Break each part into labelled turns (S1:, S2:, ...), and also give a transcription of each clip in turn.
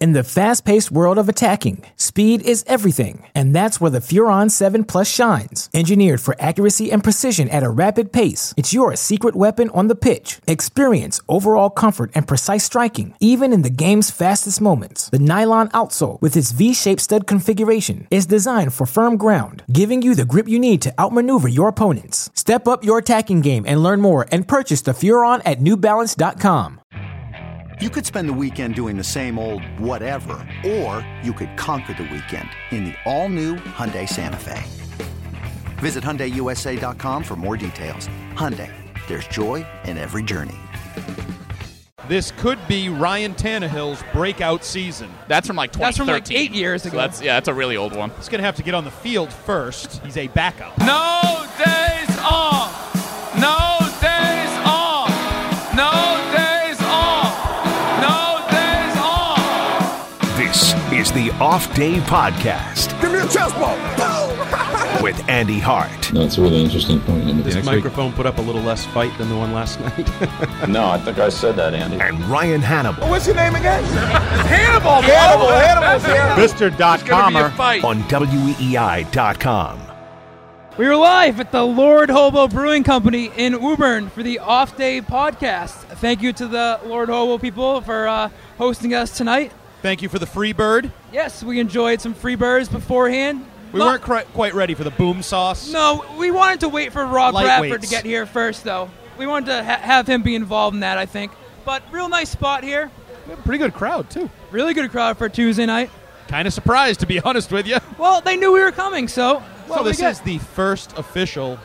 S1: In the fast paced world of attacking, speed is everything, and that's where the Furon 7 Plus shines. Engineered for accuracy and precision at a rapid pace, it's your secret weapon on the pitch. Experience overall comfort and precise striking, even in the game's fastest moments. The nylon outsole, with its V shaped stud configuration, is designed for firm ground, giving you the grip you need to outmaneuver your opponents. Step up your attacking game and learn more and purchase the Furon at newbalance.com.
S2: You could spend the weekend doing the same old whatever, or you could conquer the weekend in the all-new Hyundai Santa Fe. Visit HyundaiUSA.com for more details. Hyundai, there's joy in every journey.
S3: This could be Ryan Tannehill's breakout season.
S4: That's from like 2013.
S5: That's from, like, eight years
S4: So
S5: ago.
S4: that's yeah, that's a really old one.
S3: He's going to have to get on the field first. He's a backup.
S6: No days off. No days off. No days off. No days off.
S7: This is the Off Day Podcast. Give me a chest ball. with Andy Hart,
S8: No, it's a really interesting point. Andy.
S9: This
S8: Next week-
S9: microphone put up a little less fight than the one last night.
S8: No, I think I said that, Andy.
S7: and Ryan Hannibal
S6: What's your name again? Hannibal. Hannibal. Hannibal. Hannibal.
S3: Mr. Dot Commer.
S7: on E WEEI.com.
S5: We were live at the Lord Hobo Brewing Company in Woburn for the Off Day podcast. Thank you to the Lord Hobo people for uh, hosting us tonight.
S3: Thank you for the free bird.
S5: Yes, we enjoyed some free birds beforehand.
S3: We
S5: Not-
S3: weren't cri- quite ready for the boom sauce.
S5: No, we wanted to wait for Rob Bradford to
S3: Lightweights.
S5: get here first, though. We wanted to ha- have him be involved in that, I think. But real nice spot here.
S3: Pretty good crowd, too.
S5: Really good crowd for Tuesday night.
S3: Kind of surprised, to be honest with you.
S5: Well, they knew we were coming, so
S3: So
S5: what do we
S3: this
S5: get?
S3: is the first official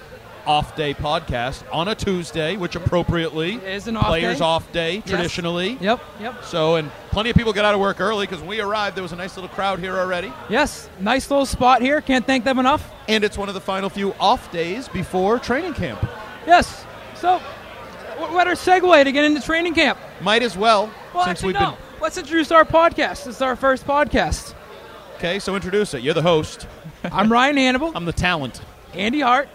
S3: off day podcast on a Tuesday, which appropriately
S5: is an off
S3: players
S5: day.
S3: off day traditionally.
S5: Yep, yep.
S3: So and plenty of people got out of work early because when we arrived there was a nice little crowd here already.
S5: Yes, nice little spot here. Can't thank them enough.
S3: And it's one of the final few off days before training camp.
S5: Yes. So, what better segue to get into training camp?
S3: Might as well,
S5: Well,
S3: since
S5: actually,
S3: we've
S5: no. Let's introduce our podcast. It's our first podcast.
S3: been okay. So introduce it. You're the host.
S5: I'm Ryan Hannibal,
S3: I'm the talent.
S5: Andy Hart.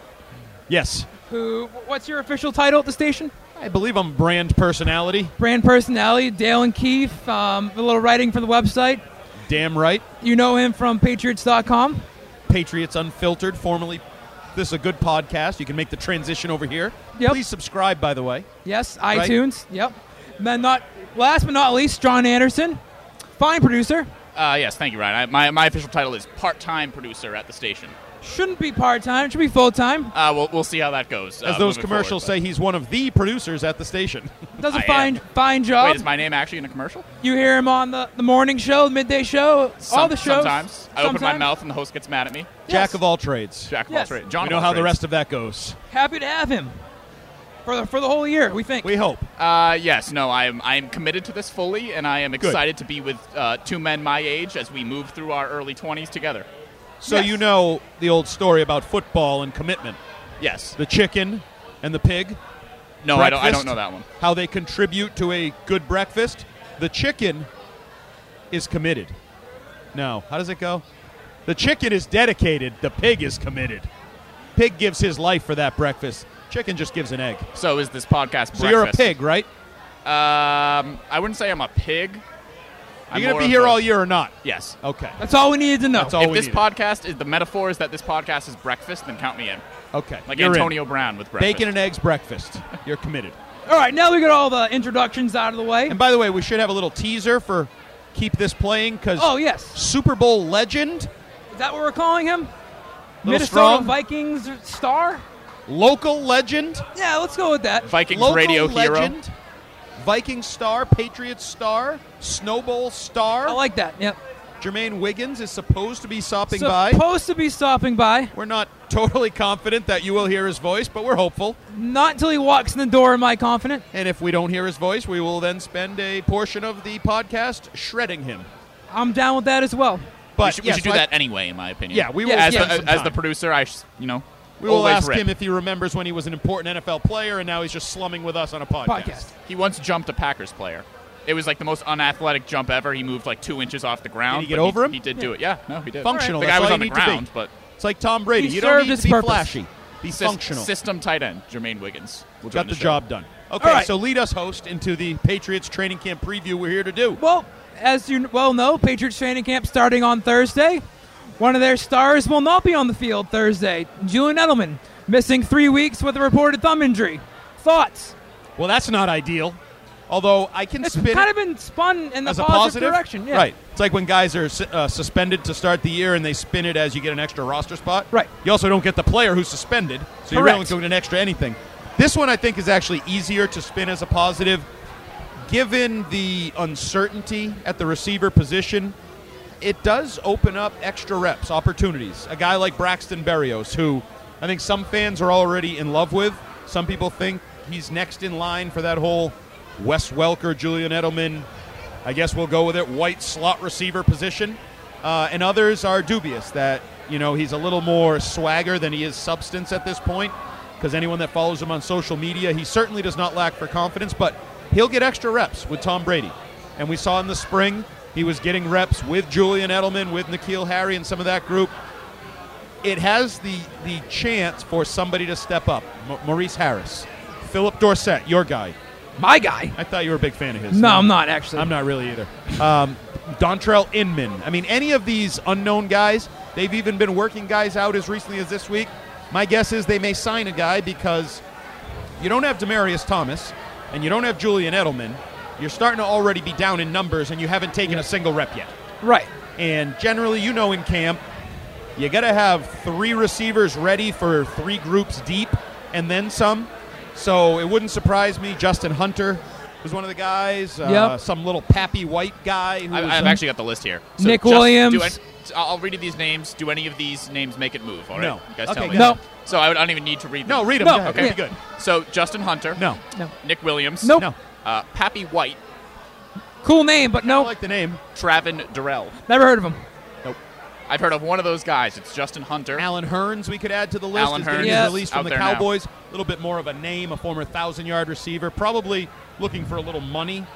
S3: Yes,
S5: Who? What's your official title at the station?
S3: I believe I'm brand personality.
S5: Brand personality, Dale and Keefe. Um, a little writing for the website.
S3: Damn right.
S5: You know him from Patriots.com.
S3: Patriots Unfiltered, formerly. This is a good podcast. You can make the transition over here.
S5: Yep.
S3: Please subscribe, by the
S4: Uh,
S3: way.
S5: Yes, iTunes. Yep. And then not last but not least, John Anderson, fine producer.
S4: Uh, yes, thank you, Ryan. I, my, my official title is part-time producer at the station.
S5: Shouldn't be part time. It should be full time.
S4: Uh, we'll, we'll see how that goes. uh,
S3: As those commercials say, he's one of the producers at the station.
S5: Does a
S4: I
S5: fine
S4: am.
S5: fine job.
S4: Wait, is my name actually in a commercial?
S5: You hear him on the, the morning show, the midday show, all
S4: Some-
S5: the shows.
S4: Sometimes. I open my
S5: Sometimes.
S4: mouth and the host gets mad at me.
S3: Jack of all trades.
S4: Jack of
S5: Yes.
S4: all trades. John
S3: we
S4: of
S3: know
S4: all
S3: how the
S4: trades.
S3: rest of that goes.
S5: Happy to have him for the, for the whole year. We think.
S3: We hope.
S4: Uh, yes, no, I am. I am committed to this fully, and I am excited to be with uh, two men my age as we move through our early twenties together.
S3: So
S5: Yes.
S3: you know the old story about football and commitment.
S4: Yes.
S3: The chicken and the pig.
S4: No, I don't. I
S3: breakfast,
S4: don't know that one.
S3: How they contribute to a good breakfast. The chicken is committed. No, how does it go? The chicken is dedicated. The pig is committed. Pig gives his life for that breakfast. Chicken just gives an egg.
S4: So is this podcast?
S3: So you're a
S4: breakfast?
S3: pig, right?
S4: Um, I wouldn't say I'm a pig.
S3: You're
S4: I'm
S3: gonna
S4: more
S3: be
S4: of
S3: here
S4: a-
S3: all year or not?
S4: Yes.
S3: Okay.
S5: That's all we needed to know.
S3: That's all
S4: if
S3: we
S4: this
S3: needed.
S4: podcast is the metaphor is that this podcast is breakfast, then count me in.
S3: Okay.
S4: Like
S3: You're in.
S4: Antonio Brown with breakfast.
S3: Bacon and eggs breakfast. You're committed.
S5: All right, now we got all the introductions out of the way.
S3: And by the way, we should have a little teaser for keep this playing because
S5: Oh, yes.
S3: Super Bowl legend,
S5: Is that what we're calling him? Minnesota
S3: strong.
S5: Vikings star?
S3: local legend,
S5: Yeah, let's go with that.
S4: Vikings
S3: local
S4: radio hero.
S3: legend, Viking star, Patriots star, Snowball star.
S5: I like that. Yep.
S3: Jermaine Wiggins is supposed to be stopping by.
S5: Supposed to be stopping by.
S3: We're not totally confident that you will hear his voice, but we're hopeful.
S5: Not until he walks in the door am I confident.
S3: And if we don't hear his voice, we will then spend a portion of the podcast shredding him.
S5: I'm down with that as well.
S3: But
S4: we should, we
S3: yes,
S4: should do
S3: I-
S4: that anyway, in my opinion.
S3: Yeah, we
S5: will
S4: As,
S5: spend
S4: the,
S3: some
S4: as
S3: time.
S4: the producer, I, s- you know,
S3: We will
S4: always
S3: ask
S4: rip.
S3: him if he remembers when he was an important NFL player, and now he's just slumming with us on a podcast.
S5: Podcast.
S4: He once jumped a Packers player. It was like the most unathletic jump ever. He moved like two inches off the ground.
S3: Did he get
S4: but
S3: over him?
S4: He did do it. Yeah, no, he did.
S3: Functional,
S4: The
S3: that's
S4: guy was
S3: all
S4: on
S3: you
S4: the
S3: need to be.
S4: ground, but
S3: It's like Tom Brady.
S5: He
S3: you don't
S5: served
S3: need
S5: his
S3: to be
S5: purpose.
S3: flashy. Be
S4: sys-
S3: functional.
S4: system tight end Jermaine Wiggins. will join
S3: Got the
S4: show.
S3: job done. Okay,
S5: right.
S3: so lead us, host, into the Patriots training camp preview we're here to do.
S5: Well, as you well know, Patriots training camp starting on Thursday. One of their stars will not be on the field Thursday. Julian Edelman, missing three weeks with a reported thumb injury. Thoughts?
S3: Well, that's not ideal. Although I can
S5: It's
S3: spin
S5: kind of been spun in the
S3: as
S5: positive,
S3: a positive
S5: direction. Yeah.
S3: Right. It's like when guys are su- uh, suspended to start the year and they spin it as you get an extra roster spot.
S5: Right.
S3: You also don't get the player who's suspended, so you
S5: Correct.
S3: really don't get an extra anything. This one I think is actually easier to spin as a positive, given the uncertainty at the receiver position. It does open up extra reps opportunities. A guy like Braxton Berrios, who I think some fans are already in love with. Some people think he's next in line for that whole Wes Welker, Julian Edelman, I guess we'll go with it. White slot receiver position, uh, and others are dubious that you know he's a little more swagger than he is substance at this point. Because anyone that follows him on social media, he certainly does not lack for confidence, but he'll get extra reps with Tom Brady. And we saw in the spring he was getting reps with Julian Edelman, with Nikhil Harry, and some of that group. It has the the chance for somebody to step up. Ma- Maurice Harris, Philip Dorsett, your guy.
S5: My guy.
S3: I thought you were a big fan of his.
S5: No, I'm not actually.
S3: I'm not really either. Um, Dontrell Inman. I mean, any of these unknown guys, they've even been working guys out as recently as this week. My guess is they may sign a guy because you don't have Demarius Thomas and you don't have Julian Edelman. You're starting to already be down in numbers and you haven't taken a single rep yet.
S5: Right.
S3: And generally, you know, in camp, you got to have three receivers ready for three groups deep and then some. So it wouldn't surprise me. Justin Hunter was one of the guys. Uh,
S5: Yep.
S3: Some little pappy white guy. Who
S4: I,
S3: was-
S4: I've actually got the list here. So
S5: Nick
S4: just do
S5: Williams.
S4: an- I'll I'll read you these names. Do any of these names make it move? All right.
S3: No.
S4: You guys
S3: Okay,
S4: tell me.
S3: good.
S5: No.
S4: So I, would- I don't even need to read them.
S3: No, read him.
S5: No,
S3: yeah,
S5: okay.
S3: okay. Good.
S4: So Justin Hunter.
S3: No.
S5: No.
S4: Nick Williams.
S5: Nope.
S3: No.
S4: Uh, Pappy White.
S5: Cool name, but
S3: I
S5: no,
S3: like the name.
S4: Travin Durrell.
S5: never heard of him.
S4: I've heard of one of those guys. It's Justin Hunter.
S3: Alan Hearns, we could add to the list.
S4: Alan
S3: is getting
S4: Hearns
S3: his
S5: Yes.
S3: release
S4: out
S3: from the
S4: there now.
S3: Cowboys. A little bit more of a name, a former thousand-yard receiver, probably looking for a little money, more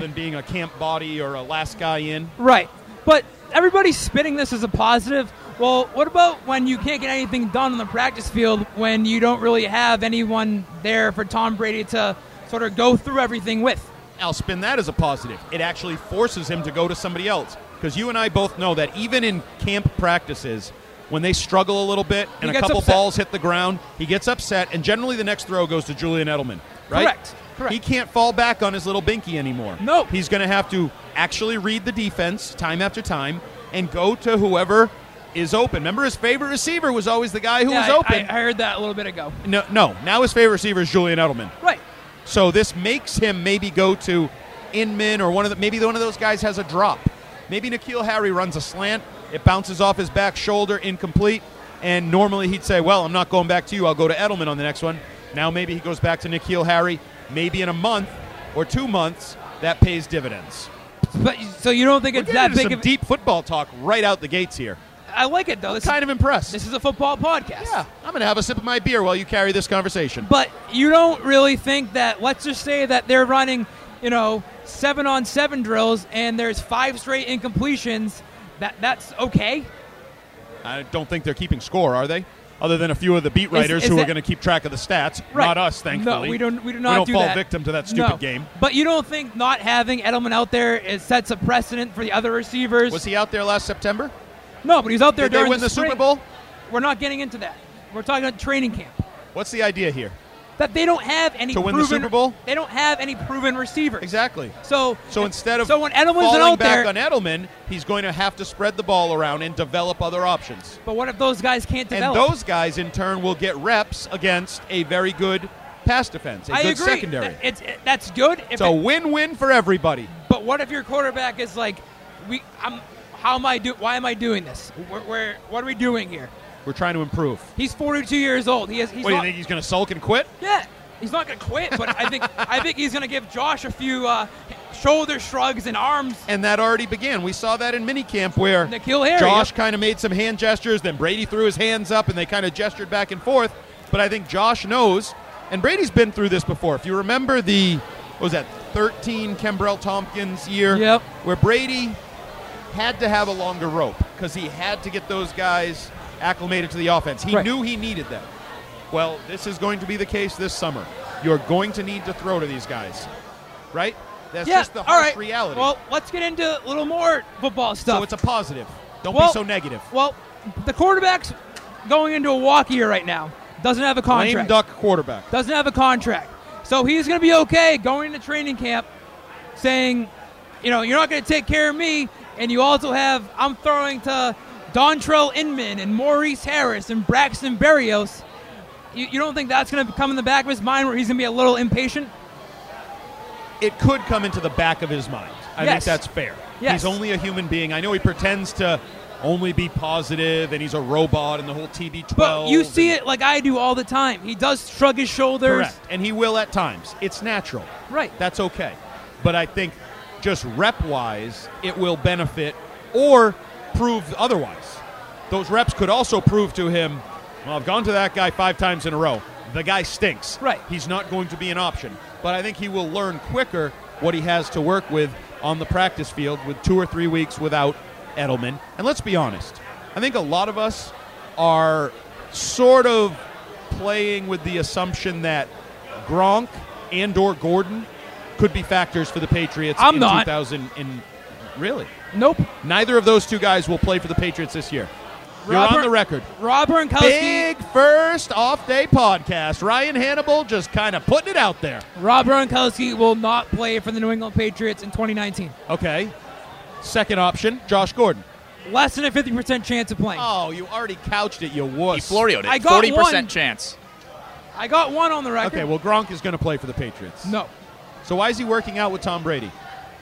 S3: so than being a camp body or a last guy in.
S5: Right. But everybody's spinning this as a positive. Well, what about when you can't get anything done on the practice field when you don't really have anyone there for Tom Brady to sort of go through everything with?
S3: I'll spin that as a positive. It actually forces him to go to somebody else. Because you and I both know that even in camp practices, when they struggle a little bit and a
S5: gets
S3: couple
S5: upset.
S3: balls hit the ground, he gets upset, and generally the next throw goes to Julian Edelman, right?
S5: Correct, correct.
S3: He can't fall back on his little binky anymore.
S5: Nope.
S3: He's going to have to actually read the defense time after time and go to whoever is open. Remember, his favorite receiver was always the guy who
S5: Yeah,
S3: was
S5: I-
S3: open.
S5: I, I heard that a little bit ago.
S3: no, no, now his favorite receiver is Julian Edelman.
S5: Right.
S3: So this makes him maybe go to Inman or one of the maybe one of those guys has a drop. Maybe Nikhil Harry runs a slant, it bounces off his back shoulder, incomplete, and normally he'd say, "Well, I'm not going back to you. I'll go to Edelman on the next one." Now maybe he goes back to Nikhil Harry. Maybe in a month or two months, that pays dividends.
S5: But so you don't think
S3: We're
S5: it's
S3: getting
S5: that
S3: into
S5: big
S3: some
S5: of
S3: deep football talk right out the gates here.
S5: I like it though. This
S3: Kind
S5: is,
S3: of impressed.
S5: this is a football podcast.
S3: yeah, I'm gonna have a sip of my beer while you carry this conversation.
S5: But you don't really think that. Let's just say that they're running, you know, seven on seven drills, and there's five straight incompletions. That that's okay.
S3: I don't think they're keeping score, are they? Other than a few of the beat writers
S5: is
S3: who are
S5: that-
S3: going to keep track of the stats.
S5: Right.
S3: Not us, thankfully.
S5: No, we don't. We do
S3: We
S5: not
S3: don't
S5: do
S3: fall
S5: that.
S3: victim to that stupid
S5: No.
S3: game.
S5: But you don't think not having Edelman out there is sets a precedent for the other receivers?
S3: Was he out there last September?
S5: No, but he's out there
S3: Did they
S5: during
S3: win the,
S5: spring.
S3: Super Bowl?
S5: We're not getting into that. We're talking about training camp.
S3: What's the idea here?
S5: That they don't have any
S3: To win the
S5: proven,
S3: Super Bowl?
S5: They don't have any proven receivers.
S3: Exactly.
S5: So
S3: So instead of
S5: so when Edelman's
S3: falling
S5: out
S3: back
S5: there,
S3: on Edelman, he's going to have to spread the ball around and develop other options.
S5: but what if those guys can't develop?
S3: And those guys, in turn, will get reps against a very good pass defense, a
S5: I
S3: good
S5: agree.
S3: secondary.
S5: That- It's it- that's good. If
S3: it's a
S5: it-
S3: win-win for everybody.
S5: But what if your quarterback is like, we, I'm, how am I do? Why am I doing this? Where, where, what are we doing here?
S3: We're trying to improve.
S5: He's 42 years old. He is. He's
S3: what do you
S5: not,
S3: think? He's going to sulk and quit?
S5: Yeah, he's not going to quit. But I think I think he's going to give Josh a few uh, shoulder shrugs and arms.
S3: and that already began. We saw that in minicamp where
S5: Nikhil Harry,
S3: Josh
S5: yep.
S3: kind of made some hand gestures, then Brady threw his hands up, and they kind of gestured back and forth. But I think Josh knows, and Brady's been through this before. If you remember the, what was that, 13 Kembrell Tompkins year,
S5: Yep.
S3: where Brady had to have a longer rope because he had to get those guys acclimated to the offense. He
S5: Right.
S3: knew he needed them. Well, this is going to be the case this summer. You're going to need to throw to these guys, right? That's
S5: yeah,
S3: just the
S5: all
S3: harsh
S5: right.
S3: reality.
S5: Well, let's get into a little more football stuff.
S3: so it's a positive. Don't
S5: Well-
S3: be so negative.
S5: Well, the quarterback's going into a walk year right now. Doesn't have a contract.
S3: Lame duck quarterback.
S5: Doesn't have a contract. So he's going to be okay going into training camp saying, you know, you're not going to take care of me. And you also have, I'm throwing to Dontrell Inman and Maurice Harris and Braxton Berrios. You, you don't think that's going to come in the back of his mind where he's going to be a little impatient?
S3: It could come into the back of his mind. I
S5: Yes.
S3: think that's fair.
S5: Yes.
S3: He's only a human being. I know he pretends to only be positive and he's a robot and the whole TB12.
S5: But you see
S3: and-
S5: it like I do all the time. He does shrug his shoulders.
S3: Correct. And he will at times. It's natural.
S5: Right.
S3: That's okay. But I think just rep wise, it will benefit or prove otherwise. Those reps could also prove to him, well, I've gone to that guy five times in a row. The guy stinks.
S5: Right.
S3: He's not going to be an option. But I think he will learn quicker what he has to work with on the practice field with two or three weeks without Edelman. And let's be honest, I think a lot of us are sort of playing with the assumption that Gronk and or Gordon could be factors for the Patriots
S5: I'm
S3: in
S5: not.
S3: 2000 in really.
S5: Nope.
S3: Neither of those two guys will play for the Patriots this year. You're
S5: Robert-
S3: on the record.
S5: Rob Gronkowski.
S3: Big first off day podcast. Ryan Hannibal just kind of putting it out there.
S5: Rob Gronkowski will not play for the New England Patriots in 2019.
S3: Okay. Second option, Josh Gordon.
S5: Less than a 50% chance of playing.
S3: Oh, you already couched it, you
S4: He
S3: wuss.
S4: florioed it.
S5: I got
S4: 40%
S5: one.
S4: chance.
S5: I got one on the record.
S3: Okay, well Gronk is going to play for the Patriots.
S5: no.
S3: So why is he working out with Tom Brady?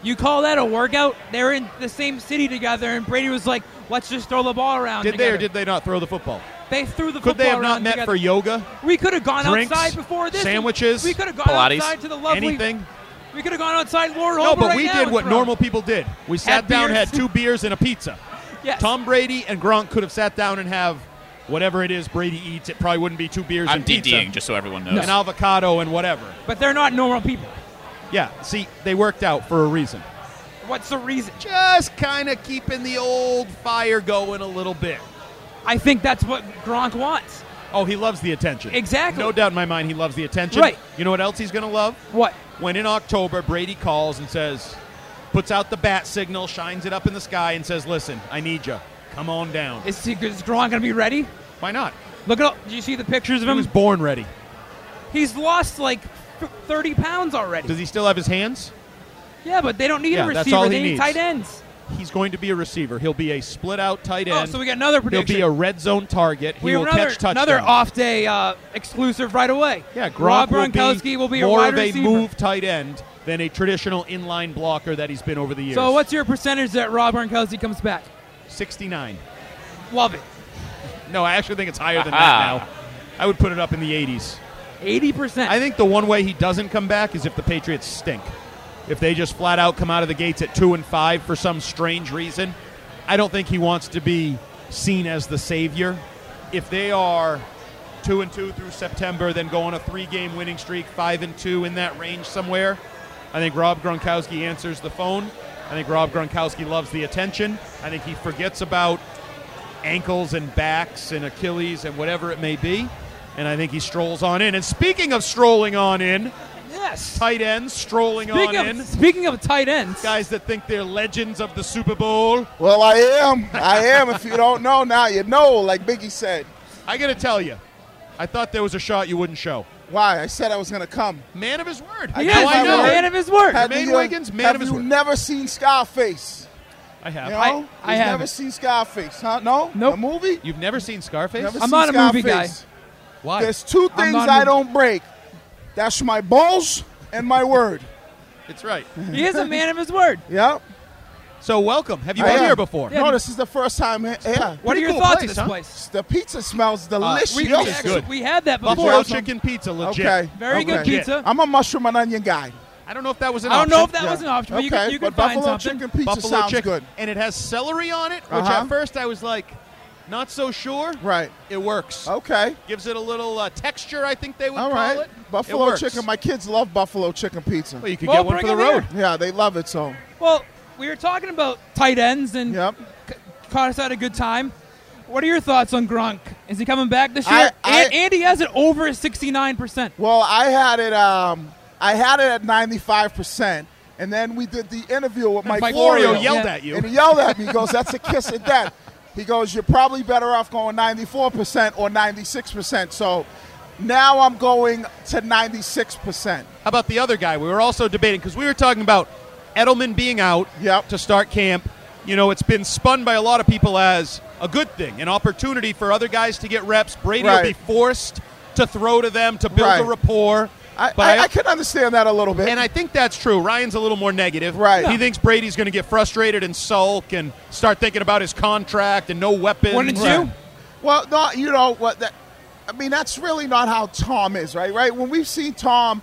S5: You call that a workout? They're in the same city together, and Brady was like, "Let's just throw the ball around."
S3: Did they or
S5: together."
S3: did they not throw the football?
S5: they threw the
S3: Could
S5: football
S3: they have not
S5: around
S3: met
S5: together.
S3: for yoga?
S5: We could have gone
S3: drinks,
S5: outside before this.
S3: sandwiches,
S5: We could have gone
S4: Pilates,
S5: outside to the lovely.
S3: Anything?
S5: We could have gone outside Laurel
S3: No,
S5: Harbor
S3: but
S5: right
S3: we
S5: now
S3: did
S5: and
S3: what
S5: thrown.
S3: normal people did. We sat down,
S5: beers.
S3: had two beers and a pizza.
S5: Yes.
S3: Tom Brady and Gronk could have sat down and have whatever it is Brady eats. It probably wouldn't be two beers
S4: I'm
S3: and pizza,
S4: DDing just so everyone knows.
S3: an avocado and whatever.
S5: But they're not normal people.
S3: Yeah, see, they worked out for a reason.
S5: What's the reason?
S3: Just kind of keeping the old fire going a little bit.
S5: I think that's what Gronk wants.
S3: Oh, he loves the attention.
S5: Exactly.
S3: No doubt in my mind he loves the attention.
S5: Right.
S3: You know what else he's going to love?
S5: What?
S3: when in October Brady calls and says, puts out the bat signal, shines it up in the sky, and says, "Listen, I need you. Come on down."
S5: Is, he, is Gronk gonna be ready?
S3: Why not?
S5: Look at. Do you see the pictures of
S3: He was
S5: him?
S3: born ready.
S5: He's lost like f- 30 pounds already.
S3: Does he still have his hands?
S5: yeah, but they don't need
S3: Yeah,
S5: a
S3: that's
S5: receiver.
S3: all he
S5: they need
S3: needs.
S5: tight ends.
S3: He's going to be a receiver. He'll be a split-out tight end.
S5: oh, so we got another
S3: He'll
S5: prediction.
S3: be a red zone target. He
S5: we
S3: will
S5: have another,
S3: catch touchdowns.
S5: another off day uh, exclusive right away.
S3: Yeah, Gronk
S5: Rob
S3: will be
S5: Gronkowski will be, a
S3: more
S5: wide
S3: of a
S5: receiver.
S3: move tight end than a traditional inline blocker that he's been over the years.
S5: So, what's your percentage that Rob Gronkowski comes back?
S3: 69?
S5: Love it,
S3: No, I actually think it's higher than that now. I would put it up in the 80s.
S5: eighty percent.
S3: I think the one way he doesn't come back is if the Patriots stink. If they just flat out come out of the gates at two and five for some strange reason, I don't think he wants to be seen as the savior. If they are two and two through September, then go on a three-game winning streak, five and two in that range somewhere. I think Rob Gronkowski answers the phone. I think Rob Gronkowski loves the attention. I think he forgets about ankles and backs and Achilles and whatever it may be. And I think he strolls on in. And speaking of strolling on in,
S5: yes.
S3: tight ends strolling
S5: Speaking
S3: on in,
S5: of, speaking of tight ends,
S3: guys that think they're legends of the Super Bowl,
S6: Well, I am. I am. If you don't know now, you know. Like Biggie said,
S3: I got to tell you, I thought there was a shot you wouldn't show.
S6: why I said I was gonna come.
S3: Man of his word.
S6: I
S5: he
S6: guess
S5: is
S3: Now
S6: I
S3: I
S5: a
S6: will.
S3: know.
S5: man of his word.
S6: Have
S3: Jermaine
S6: you, uh,
S3: Wiggins, man
S6: have
S3: of his
S6: you
S3: word.
S6: never seen Scarface?
S3: I
S6: You
S3: have.
S6: know,
S5: I-
S6: You've
S5: I haven't.
S6: never seen Scarface, huh? No,
S5: Nope.
S6: the movie.
S3: You've never seen Scarface?
S6: Never
S5: I'm
S6: seen
S5: not a movie guy.
S6: Scarface.
S3: Why?
S6: There's two
S5: I'm
S6: things
S5: not a
S6: I
S5: movie-
S6: don't break. That's my balls and my word.
S3: It's right.
S5: he is a man of his word.
S6: Yep.
S3: So welcome. Have you
S6: I
S3: been
S6: am.
S3: here before?
S6: No, this is the first time. he- Yeah.
S5: What are
S3: Pretty
S5: your
S3: cool
S5: thoughts
S3: place,
S5: of this
S3: huh?
S5: place?
S6: The pizza smells delicious.
S5: Uh, We, we,
S3: Yes.
S5: actually-
S3: Good.
S5: we had that before.
S3: Buffalo chicken pizza, legit.
S6: okay.
S5: Very good
S6: okay.
S5: pizza.
S6: I'm a mushroom and onion guy.
S3: I don't know if that was an
S5: I don't know if
S3: option.
S5: that
S6: Yeah.
S5: was an option, but
S6: okay,
S5: you can, you can
S6: but
S5: find
S6: buffalo
S5: something.
S6: chicken pizza
S3: buffalo
S6: sounds
S3: chicken,
S6: good.
S3: and it has celery on it, which
S6: Uh-huh.
S3: at first I was like, not so sure.
S6: Right.
S3: It works.
S6: Okay.
S3: Gives it a little uh, texture, I think they would
S6: Oh. All
S3: call
S6: right.
S3: it. It
S6: Buffalo
S3: works.
S6: chicken. My kids love buffalo chicken pizza.
S3: Well, you could
S5: Well,
S3: get one
S5: bring
S3: for the
S5: it here.
S3: road.
S6: Yeah, they love it so.
S5: Well, we were talking about tight ends and
S6: Yep.
S5: c- caught us at a good time. What are your thoughts on Gronk? Is he coming back this
S6: I-
S5: year?
S6: I-
S5: and, and he has it over 69%.
S6: Well, I had it. Um, I had it at ninety-five percent, And then we did the interview with Mike,
S3: Mike
S6: Florio.
S3: Florio yelled
S5: Yeah.
S3: at you.
S6: And he yelled at me. He goes, "That's a kiss of death." He goes, "You're probably better off going 94 percent or 96 percent." So now I'm going to 96 percent.
S3: How about the other guy? We were also debating because we were talking about Edelman being out
S6: Yep.
S3: to start camp. You know, it's been spun by a lot of people as a good thing, an opportunity for other guys to get reps. Brady will
S6: Right.
S3: be forced to throw to them to build a
S6: Right.
S3: rapport.
S6: I,
S3: But
S6: I,
S3: I-
S6: I can understand that a little bit.
S3: and I think that's true. Ryan's a little more negative.
S6: Right.
S3: He thinks Brady's going to get frustrated and sulk and start thinking about his contract and no weapons.
S5: Wouldn't you?
S6: Well, no, you know what? That, I mean, that's really not how Tom is, right? Right? When we've seen Tom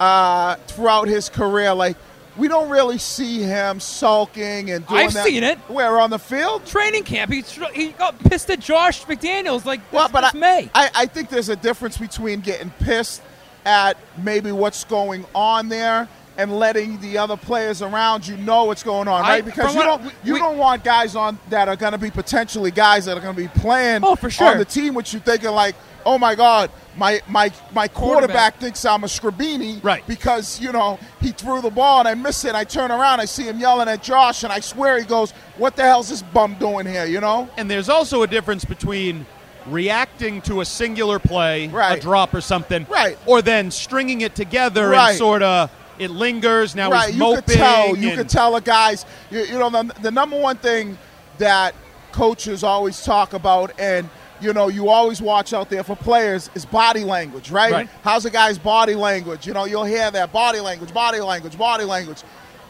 S6: uh, throughout his career, like we don't really see him sulking and doing
S5: I've
S6: that.
S5: seen it.
S6: Where on the field?
S5: Training camp. He, tr- he got pissed at Josh McDaniels like this,
S6: Well, but
S5: this
S6: I,
S5: May.
S6: I, I think there's a difference between getting pissed at maybe what's going on there and letting the other players around you know what's going on,
S5: I-
S6: right? Because
S5: from
S6: you
S5: what-
S6: don't you
S5: we-
S6: don't want guys on that are going to be potentially guys that are going to be playing
S5: Oh, for sure.
S6: on the team with you thinking like, oh my god, my my my quarterback,
S5: Quarterback.
S6: thinks I'm a Scribini,
S3: Right.
S6: Because you know he threw the ball and I miss it. I turn around, I see him yelling at Josh, and I swear he goes, "What the hell's this bum doing here?" You know.
S3: And there's also a difference between reacting to a singular play, a
S6: Right.
S3: drop or something,
S6: Right.
S3: or then stringing it together
S6: Right.
S3: and sort of it lingers. Now
S6: right,
S3: he's
S6: you
S3: moping.
S6: could tell. You
S3: and-
S6: could tell the guys. You, you know, the, the number one thing that coaches always talk about, and you know, you always watch out there for players is body language, right?
S3: Right.
S6: How's a guy's body language? You know, you'll hear that body language, body language, body language.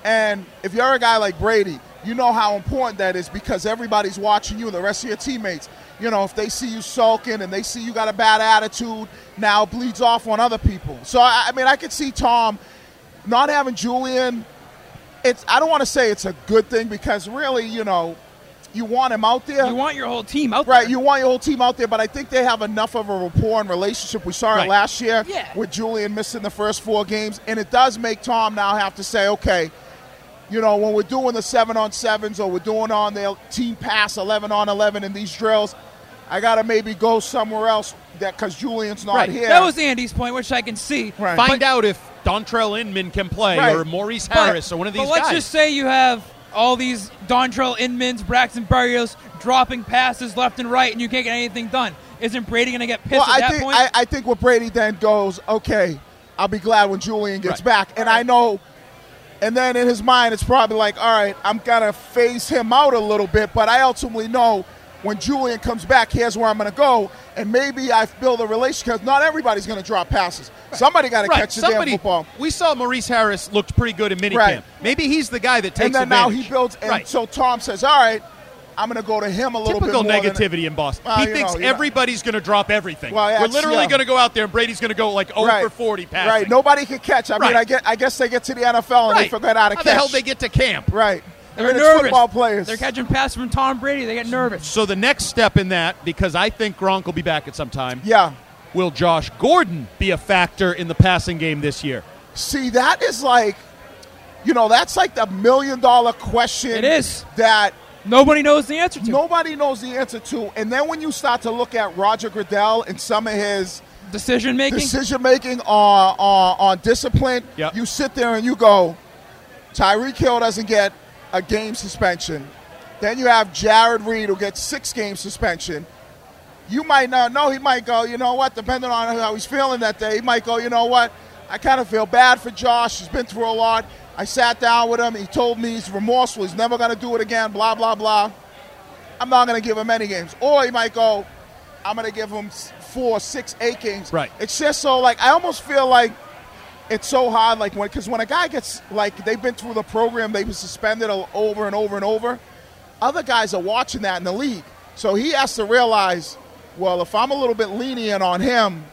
S6: And if you're a guy like Brady, you know how important that is because everybody's watching you and the rest of your teammates. You know, if they see you sulking and they see you got a bad attitude, now it bleeds off on other people. So, I, I mean, I could see Tom not having Julian, it's I don't want to say it's a good thing because really, you know, you want him out there.
S5: you want your whole team out
S6: uh, Right,
S5: there.
S6: you want your whole team out there, but I think they have enough of a rapport and relationship. We saw
S3: Right.
S6: it last year
S5: Yeah.
S6: with Julian missing the first four games, and it does make Tom now have to say, okay, you know, when we're doing the seven on sevens or we're doing on the team pass eleven on eleven in these drills, I gotta maybe go somewhere else that because Julian's not
S3: Right.
S6: here.
S5: That was Andy's point, which I can see.
S6: Right.
S3: find out if Dontrell Inman can play
S6: Right.
S3: or Maurice
S5: But-
S3: Harris or one of these
S5: But let's
S3: guys.
S5: just say you have all these Dontrell Inmans, Braxton Berrios dropping passes left and right, and you can't get anything done. Isn't Brady going to get pissed
S6: Well,
S5: at
S6: I
S5: that
S6: think
S5: point?
S6: I, I think what Brady then goes, okay, I'll be glad when Julian gets
S3: Right.
S6: back, and I know. And then in his mind, it's probably like, all right, I'm gonna phase him out a little bit, but I ultimately know when Julian comes back, here's where I'm gonna go, and maybe I build a relationship because not everybody's gonna drop passes. Somebody got to
S3: right.
S6: catch the
S3: Somebody,
S6: damn football.
S3: We saw Maurice Harris looked pretty good in minicamp.
S6: Right.
S3: Maybe he's the guy that takes
S6: And then now
S3: advantage.
S6: he builds, and
S3: right.
S6: so Tom says, all right, I'm gonna go to him a little
S3: Typical
S6: bit more. than-
S3: negativity in Boston.
S6: Well,
S3: he
S6: you
S3: thinks
S6: know, you know.
S3: everybody's going to drop everything.
S6: Well,
S3: We're
S6: that's-
S3: literally
S6: yeah.
S3: going to go out there and Brady's going to go like 0 for 40 passing.
S6: Right, nobody could catch. I
S3: Right.
S6: mean, I get, I guess they get to the NFL and
S3: Right.
S6: they forget how to
S3: How
S6: catch.
S3: the hell they get to camp?
S6: Right.
S5: They're
S6: And it's
S5: nervous.
S6: football players.
S5: They're catching passes from Tom Brady. They get nervous.
S3: So the next step in that, because I think Gronk will be back at some time.
S6: yeah.
S3: Will Josh Gordon be a factor in the passing game this year?
S6: See, that is like, you know, that's like the million dollar question.
S5: It is.
S6: That
S5: Nobody knows the answer to.
S6: nobody knows the answer to. And then when you start to look at Roger Goodell and some of his
S5: Decision making.
S6: decision making on, on, on discipline,
S3: Yep.
S6: you sit there and you go, Tyreek Hill doesn't get a game suspension. Then you have Jared Reed who gets six game suspension. You might not know. He might go, you know what, depending on how he's feeling that day, he might go, you know what, I kind of feel bad for Josh. He's been through a lot. I sat down with him. He told me he's remorseful. He's never going to do it again, blah, blah, blah. I'm not going to give him any games. Or he might go, I'm going to give him s- four, six, eight games.
S3: Right.
S6: It's just so, like, I almost feel like it's so hard, like, when, because when a guy gets, like, they've been through the program, they've been suspended o- over and over and over, other guys are watching that in the league. So he has to realize, well, if I'm a little bit lenient on him,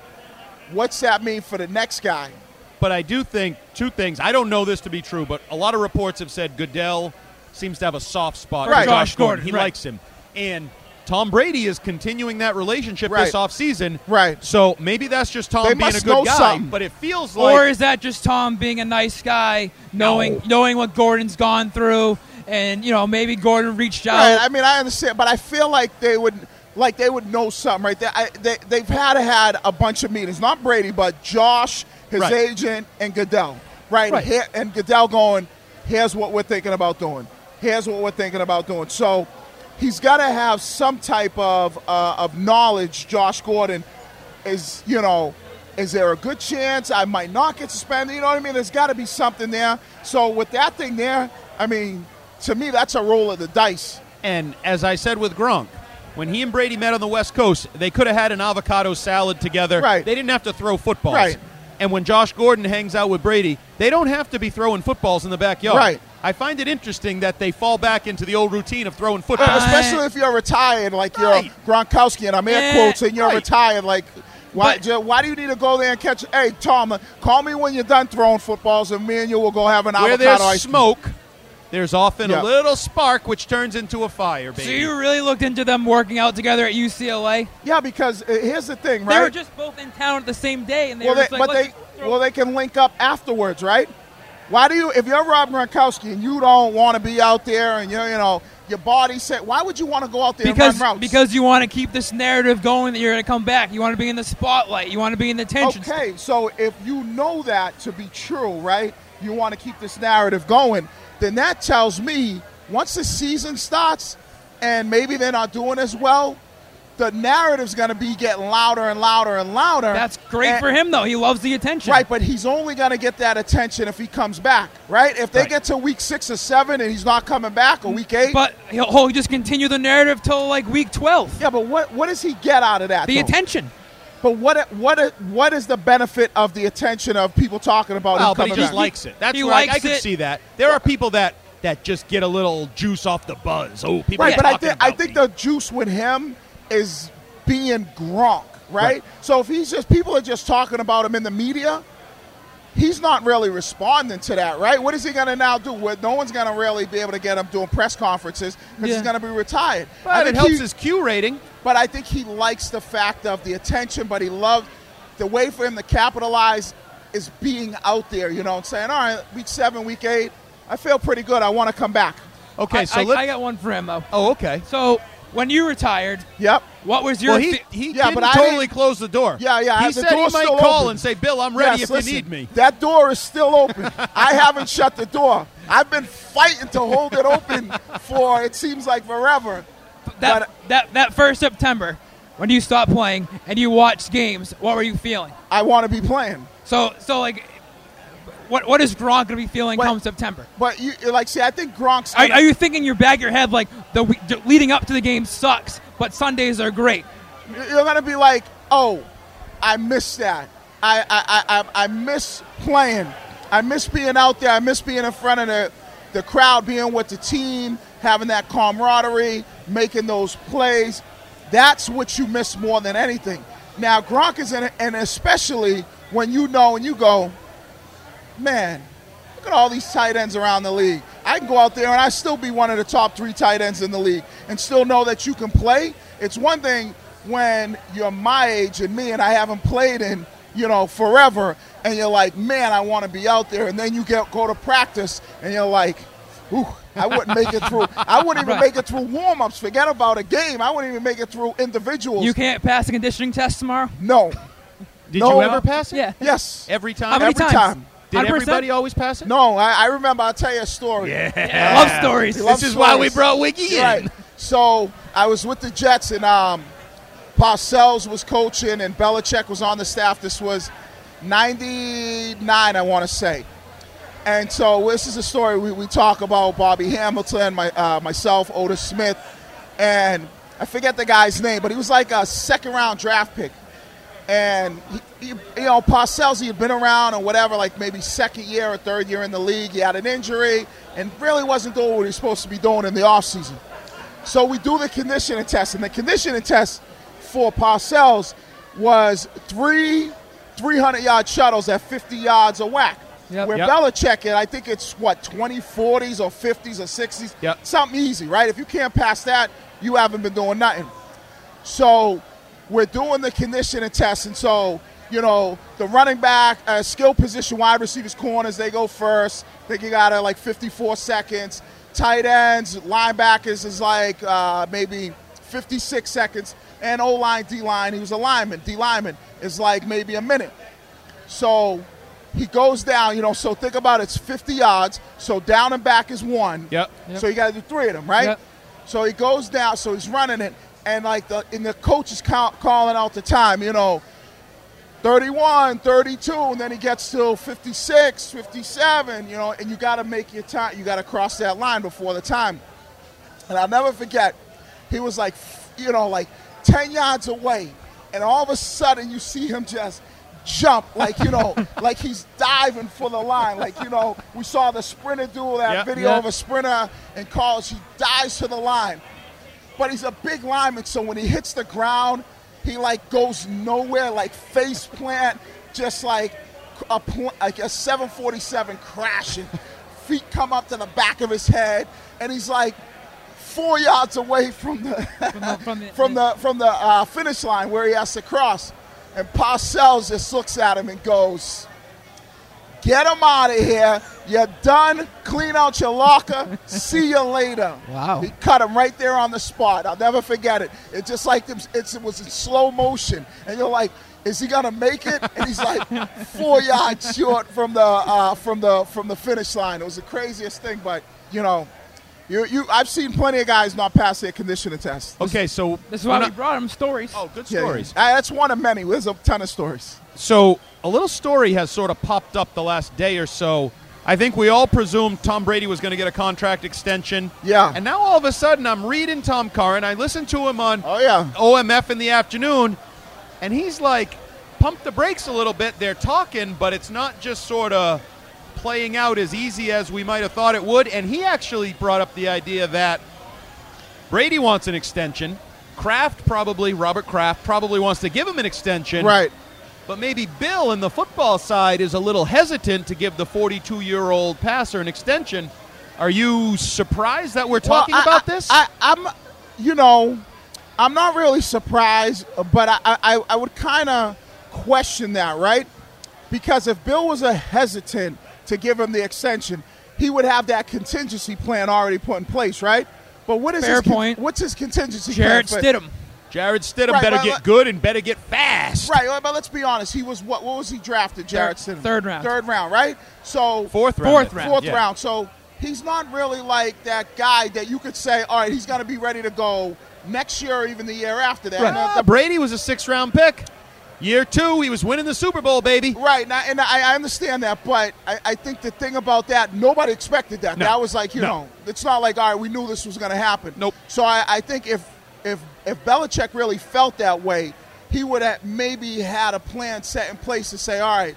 S6: what's that mean for the next guy?
S3: But I do think two things. I don't know this to be true, but a lot of reports have said Goodell seems to have a soft spot
S6: Right.
S3: for Josh
S5: Josh
S3: Gordon.
S5: Gordon,
S3: He
S5: right.
S3: likes him. And Tom Brady is continuing that relationship
S6: Right.
S3: this offseason.
S6: Right.
S3: So maybe that's just Tom
S6: They
S3: being a
S6: must
S3: good
S6: know
S3: guy.
S6: something.
S3: But it feels like
S5: or is that just Tom being a nice guy, knowing knowing what Gordon's gone through, and you know maybe Gordon reached out.
S6: Right. I mean, I understand, but I feel like they would, like they would know something, right? They, I, they they've had had a bunch of meetings, not Brady, but Josh, his
S3: Right.
S6: agent, and Goodell, right?
S5: Right.
S6: Here- and Goodell going, here's what we're thinking about doing. Here's what we're thinking about doing. So he's got to have some type of uh, of knowledge. Josh Gordon is, you know, is there a good chance I might not get suspended? You know what I mean? There's got to be something there. So with that thing there, I mean, to me, that's a roll of the dice.
S3: And as I said with Gronk, when he and Brady met on the West Coast, they could have had an avocado salad together.
S6: Right.
S3: They didn't have to throw footballs.
S6: Right.
S3: And when Josh Gordon hangs out with Brady, they don't have to be throwing footballs in the backyard.
S6: Right.
S3: I find it interesting that they fall back into the old routine of throwing
S6: Uh,
S3: footballs.
S6: especially if you're retired, like
S3: Right.
S6: you're Gronkowski, and I'm air
S5: Yeah,
S6: quotes, and you're
S3: right.
S6: retired. Like, why,
S3: But-
S6: ju- why do you need to go there and catch? Hey, Tom, call me when you're done throwing footballs, and me and you will go have an
S3: Where
S6: avocado
S3: there's
S6: ice cream.
S3: smoke, there's often a
S6: Yeah.
S3: little spark which turns into a fire, baby.
S5: So you really looked into them working out together at UCLA?
S6: Yeah, because uh, here's the thing, right?
S5: They were just both in town at the same day, and they
S6: well,
S5: were
S6: they,
S5: just like,
S6: but
S5: "Let's
S6: they,
S5: just throw
S6: well, they can link up afterwards, right? Why do you, if you're Rob Gronkowski and you don't want to be out there, and you are you know your body set, why would you want to go out there
S5: because
S6: and run routes?
S5: because you want to keep this narrative going that you're going to come back. You want to be in the spotlight. You want to be in the attention.
S6: Okay, so if you know that to be true, right? You want to keep this narrative going, then that tells me once the season starts and maybe they're not doing as well, the narrative's going to be getting louder and louder and louder.
S5: That's great
S6: And-
S5: for him though. He loves the attention.
S6: Right, but he's only going to get that attention if he comes back, right? If they
S3: Right.
S6: get to week six or seven and he's not coming back, or week eight.
S5: But he'll, he'll just continue the narrative till like week 12.
S6: yeah, but what, what does he get out of that?
S5: The
S6: though?
S5: attention.
S6: But what what what is the benefit of the attention of people talking about
S3: Well,
S6: him
S3: but
S6: Oh, coming
S3: he just
S6: back?
S3: likes it. That's
S5: He
S3: where I- I
S5: likes
S3: can
S5: it.
S3: see that. There are people that that just get a little juice off the buzz. Oh, people
S6: Right,
S3: are
S6: but I
S3: talking
S6: think I
S3: about
S6: think
S3: me.
S6: the juice with him is being Gronk, right? So if he's just people are just talking about him in the media, he's not really responding to that, right? What is he going to now do? What no one's going to really be able to get him doing press conferences because
S5: Yeah.
S6: he's going to be retired. I
S3: but it
S6: think
S3: helps
S6: he-
S3: his Q rating.
S6: but I think he likes the fact of the attention, but he loves the way for him to capitalize is being out there, you know, and saying, all right, week seven, week eight, I feel pretty good. I want to come back.
S3: Okay,
S5: I,
S3: so
S5: I,
S3: let's.
S5: I got one for him though.
S3: oh, okay.
S5: So when you retired,
S6: Yep.
S5: what was your
S3: Well, he
S5: fe-
S3: he
S6: Yeah,
S3: didn't
S6: but I
S3: totally
S6: didn't-
S3: close the door.
S6: Yeah, yeah, I
S3: He
S6: had the
S3: said he
S6: door
S3: might
S6: still
S3: call
S6: open.
S3: and say, "Bill, I'm ready
S6: Yes,
S3: if
S6: listen,
S3: you need me."
S6: That door is still open. I haven't shut the door. I've been fighting to hold it open for it seems like forever.
S5: that,
S6: but-
S5: that that first September when you stopped playing and you watched games? What were you feeling?
S6: I want to be playing.
S5: So so like, what what is Gronk gonna be feeling
S6: What-
S5: come September?
S6: But you like see, I think Gronk's
S5: Are, are you thinking in your back of your head like the we- d- leading up to the game sucks, but Sundays are great?
S6: you're gonna be like, oh, I miss that. I I, I, I I miss playing. I miss being out there. I miss being in front of the, the crowd, being with the team, having that camaraderie, making those plays. That's what you miss more than anything. Now Gronk is in it, and especially when you know and you go, man, look at all these tight ends around the league. I can go out there and I still be one of the top three tight ends in the league and still know that you can play. It's one thing when you're my age and me and I haven't played in, you know, forever, and you're like, man, I want to be out there. And then you get go to practice and you're like, ooh, I wouldn't make it through. I wouldn't even
S5: Right.
S6: make it through warm ups. Forget about a game. I wouldn't even make it through individuals.
S5: You can't pass the conditioning test tomorrow.
S6: no.
S3: Did
S6: No.
S3: you ever pass it?
S5: Yeah.
S6: Yes.
S3: Every time.
S5: How many
S6: Every
S5: times?
S6: time.
S3: Did
S5: 100%?
S3: everybody always pass it?
S6: No, I, I remember. I'll tell you a story.
S5: I love stories.
S6: He loves
S3: This is why we
S6: stories.
S3: brought Wiggy in.
S6: Right. So I was with the Jets, and um, Parcells was coaching, and Belichick was on the staff. This was 99, I want to say. And so this is a story we, we talk about Bobby Hamilton, my, uh, myself, Otis Smith, and I forget the guy's name, but he was like a second round draft pick. And, he, he, you know, Parcells, he had been around or whatever, like maybe second year or third year in the league. He had an injury and really wasn't doing what he was supposed to be doing in the offseason. So we do the conditioning test, and the conditioning test for Parcells was three 300 yard shuttles at 50 yards a whack.
S5: Yep.
S6: Where
S3: Yep.
S6: Belichick, and I think it's what 2040s or 50s or 60s,
S3: Yep.
S6: something easy, right? If you can't pass that, you haven't been doing nothing. So we're doing the conditioning test, and so you know the running back, uh, skill position, wide receivers, corners, they go first. Think you got to like 54 seconds. Tight ends, linebackers is like uh, maybe 56 seconds, and O line, D line, he was a lineman. D lineman is like maybe a minute. So He goes down, you know, so think about it's 50 yards. So down and back is one.
S3: Yep.
S6: So you got to do three of them, right?
S5: Yep.
S6: So he goes down, so he's running it. And like the and the coach is call, calling out the time, you know, 31, 32, and then he gets to 56, 57, you know, and you got to make your time. You got to cross that line before the time. And I'll never forget, he was like, you know, like 10 yards away. And all of a sudden, you see him just jump, like, you know, like he's diving for the line. Like, you know, we saw the sprinter do that
S3: Yeah,
S6: video
S3: yeah.
S6: of a sprinter in college. He dives to the line. But he's a big lineman, so when he hits the ground, he like goes nowhere, like face plant, just like a pl- like a 747 crashing. Feet come up to the back of his head, and he's like four yards away from the
S5: the-
S6: from the
S5: from
S6: from
S5: the-
S6: the, from the uh, finish line where he has to cross. And Parcells just looks at him and goes, "Get him out of here. You're done. Clean out your locker. See you later."
S5: Wow.
S6: He cut him right there on the spot. I'll never forget it. It's just like them- it's, it was in slow motion, and you're like. Is he gonna make it? And he's like four yards short from the uh, from the from the finish line. It was the craziest thing, but you know, you, you, I've seen plenty of guys not pass their conditioning test.
S3: Okay, so
S5: This is why
S3: on
S5: we brought him stories.
S3: a- oh, good
S6: Yeah, yeah.
S3: stories.
S6: Uh, that's one of many. There's a ton of stories.
S3: So a little story has sort of popped up the last day or so. I think we all presumed Tom Brady was going to get a contract extension.
S6: Yeah.
S3: And now all of a sudden, I'm reading Tom Curran. I listened to him on
S6: Oh yeah,
S3: OMF in the afternoon, and he's like, pump the brakes a little bit. They're talking, but it's not just sort of playing out as easy as we might have thought it would. And he actually brought up the idea that Brady wants an extension. Kraft probably, Robert Kraft probably wants to give him an extension.
S6: right.
S3: But maybe Bill in the football side is a little hesitant to give the 42 year old passer an extension. Are you surprised that we're talking
S6: Well, I-
S3: about
S6: I-
S3: this?
S6: I, I'm, you know, I'm not really surprised, but I, I, I would kind of question that, right? Because if Bill was a hesitant to give him the extension, he would have that contingency plan already put in place, right? But what is
S5: Fair
S6: his con-
S5: point.
S6: what's his contingency
S5: Jared
S6: plan? for-
S5: Stidham.
S3: Jared Stidham
S6: Right,
S3: better
S6: right,
S3: get
S6: right.
S3: good and better get fast.
S6: Right, but let's be honest. He was what? What was he drafted? Jared
S5: Third-
S6: Stidham.
S5: third round.
S6: Third round, right? So
S3: Fourth round. I
S5: Fourth
S3: think.
S5: round,
S6: fourth
S3: yeah.
S6: round. So he's not really like that guy that you could say, all right, he's going to be ready to go next year or even the year after that. And
S3: Ah,
S6: the-
S3: Brady was a six round pick. Year two, he was winning the Super Bowl, baby.
S6: Right, now, and I, I understand that, but I, I think the thing about that, nobody expected that.
S3: No.
S6: That was like, you
S3: No.
S6: know, it's not like, all right, we knew this was going to happen.
S3: Nope.
S6: So I, I think if if if Belichick really felt that way, he would have maybe had a plan set in place to say, all right,